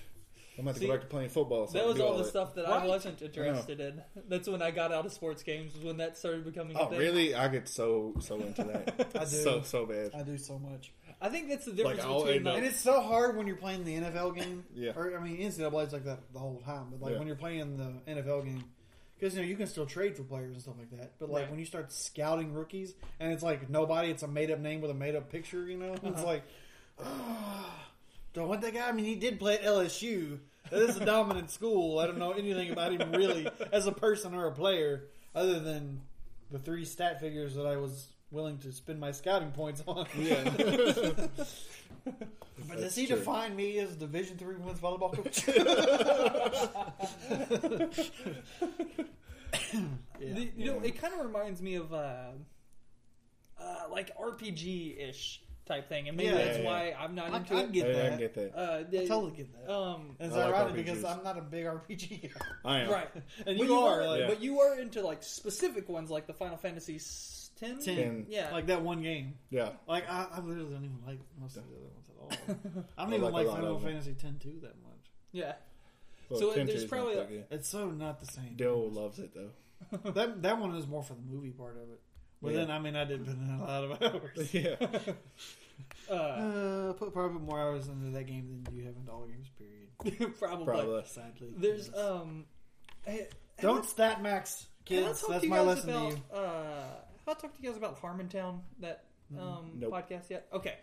I'm about to
See,
go back to playing football. So I
That
can
was
do
all the
that.
stuff that I
Right.
wasn't interested in. That's when I got out of sports games. Was when that started becoming. a
Oh
thing.
really? I get so so into that.
I do.
So so bad.
I do so much.
I think that's the difference
Like, I'll
between
end up-
And
the,
it's so hard when you're playing the NFL game.
Yeah.
Or, I mean, NCAA's like that the whole time. But, like,
Yeah.
when you're playing the NFL game, because, you know, you can still trade for players and stuff like that. But, like,
Right.
when you start scouting rookies and it's like nobody, it's a made up name with a made up picture, you know?
Uh-huh.
It's like, ah, do I want that guy? I mean, he did play at LSU. That is a dominant school. I don't know anything about him really as a person or a player other than the three stat figures that I was willing to spend my scouting points on.
Yeah.
But does he
true.
define me as Division Three women's volleyball coach? Yeah.
the- you know it kind of reminds me of uh, uh, like RPG ish type thing, and maybe
Yeah,
that's
yeah,
why I'm not
I,
into
I
it.
get
I, I
that.
can get that.
uh,
I
the-
totally get that.
um,
And it's
I like
ironic because
RPGs.
I'm not a big RPG. guy.
I am.
right, and
We
you
are,
are,
like-
but you are into like specific ones like the Final Fantasy s- ten.
Ten.
Yeah,
Like that one game.
Yeah.
Like I, I literally don't even like most of the other ones at all. I don't
I
even
like
like,
a lot
Final
of them.
Fantasy X two that much.
yeah. So,
Tenchu
uh, there's
is not
probably
that
a-
good.
It's so not the same.
Dale loves it though.
That that one is more for the movie part of it. But
Yeah.
then I mean I did put in a lot of hours.
Oh,
Yeah.
Uh,
Uh, put probably more hours into that game than you have into all games. Period.
probably.
Probably.
Sadly,
There's
Yes.
um, hey, hey,
Don't stat max,
Can I
kids.
talk
That's
to you
my
guys
lesson
about,
to you.
Uh, have I talked to you guys about Harmontown that
Mm,
um,
Nope.
podcast yet? Okay.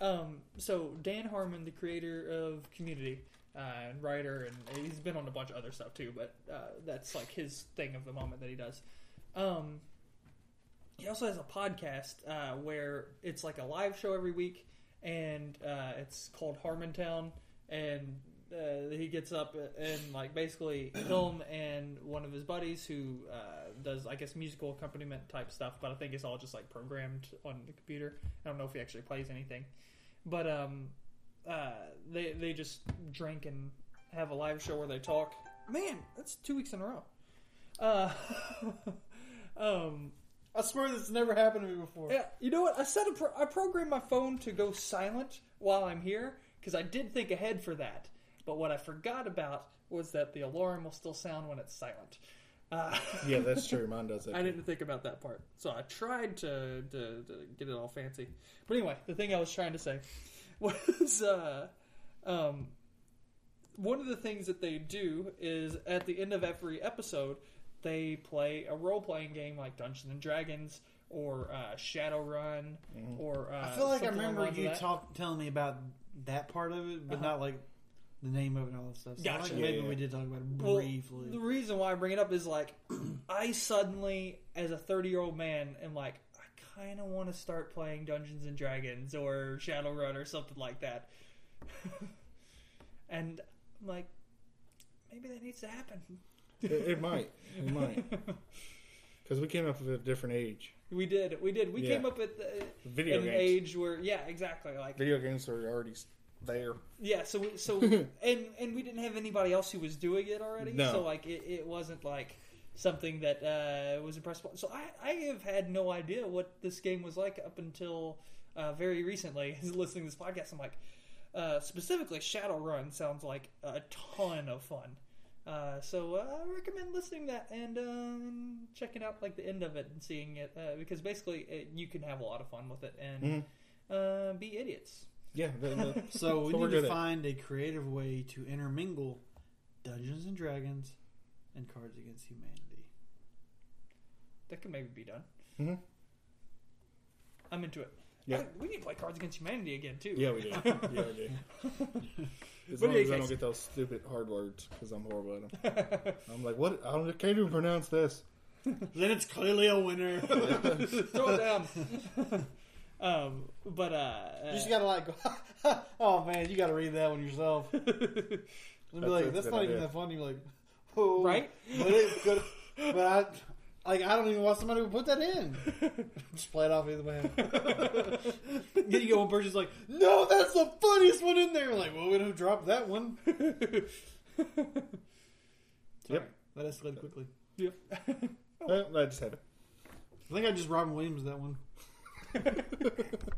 Um, so Dan Harmon, the creator of Community uh, and writer, and he's been on a bunch of other stuff too, but uh, that's like his thing of the moment that he does. Um, he also has a podcast uh, where it's like a live show every week, and uh, it's called Harmontown. And uh, he gets up and like basically film and one of his buddies who uh, does I guess musical accompaniment type stuff, but I think it's all just like programmed on the computer. I don't know if he actually plays anything, but um, uh, they they just drink and have a live show where they talk. Man, that's two weeks in a row. Uh, um,
I swear this never happened to me before.
yeah, you know what? I set a pro- I programmed my phone to go silent while I'm here because I did think ahead for that. But what I forgot about was that the alarm will still sound when it's silent. Uh,
Yeah, that's true. Mine does that.
I
too.
didn't think about that part, so I tried to, to, to get it all fancy. But anyway, the thing I was trying to say was uh, um, one of the things that they do is at the end of every episode, they play a role playing game like Dungeons and Dragons or uh, Shadowrun or uh,
I feel like I
something
remember
along
you
that.
talk, telling me about that part of it, but
Uh-huh.
not like the name of it and all that stuff. So I
Gotcha.
think maybe
Yeah.
we did talk about it
Well,
briefly.
The reason why I bring it up is like, I suddenly, as a 30 year old man, am like, I kind of want to start playing Dungeons and Dragons or Shadowrun or something like that. and I'm like, maybe that needs to happen.
It, it might. It might. Because we came up with a different age.
We did. We did. We
Yeah.
came up at the,
Video
an
games.
age where yeah, exactly. Like
Video games are already s- there.
yeah, so we, so and and we didn't have anybody else who was doing it already.
No.
So like it, it wasn't like something that uh, was impressive. So I I have had no idea what this game was like up until uh, very recently. Listening to this podcast, I'm like uh, specifically Shadowrun sounds like a ton of fun. Uh, so uh, I recommend listening to that and um, checking out like the end of it and seeing it uh, because basically it, you can have a lot of fun with it and uh, be idiots.
Mm-hmm. Yeah. The, the,
So we
So we're
need
good
to
at-
find a creative way to intermingle Dungeons and Dragons and Cards Against Humanity.
That could maybe be done.
Mhm.
I'm into it.
Yeah.
I- we need to play Cards Against Humanity again too.
yeah, we do. Yeah, we do. As
But
long as
in
I
case-
don't get those stupid hard words, because I'm horrible at them. I'm like, what? I don't, I can't even pronounce this.
Then it's clearly a winner. you
Throw it down. um, but uh, uh,
just gotta like, go, oh man, you gotta read that one yourself. And be like,
that's
that's
a
not
good
even
idea.
that funny. You're like, oh,
Right?
But it could. But I, like, I don't even want somebody to put that in. just play it off either way. then you get one person's like, no, that's the funniest one in there. like, well, we don't drop that one.
Yep.
That escalated quickly.
Well, I just had it.
I think I just Robin Williams that one.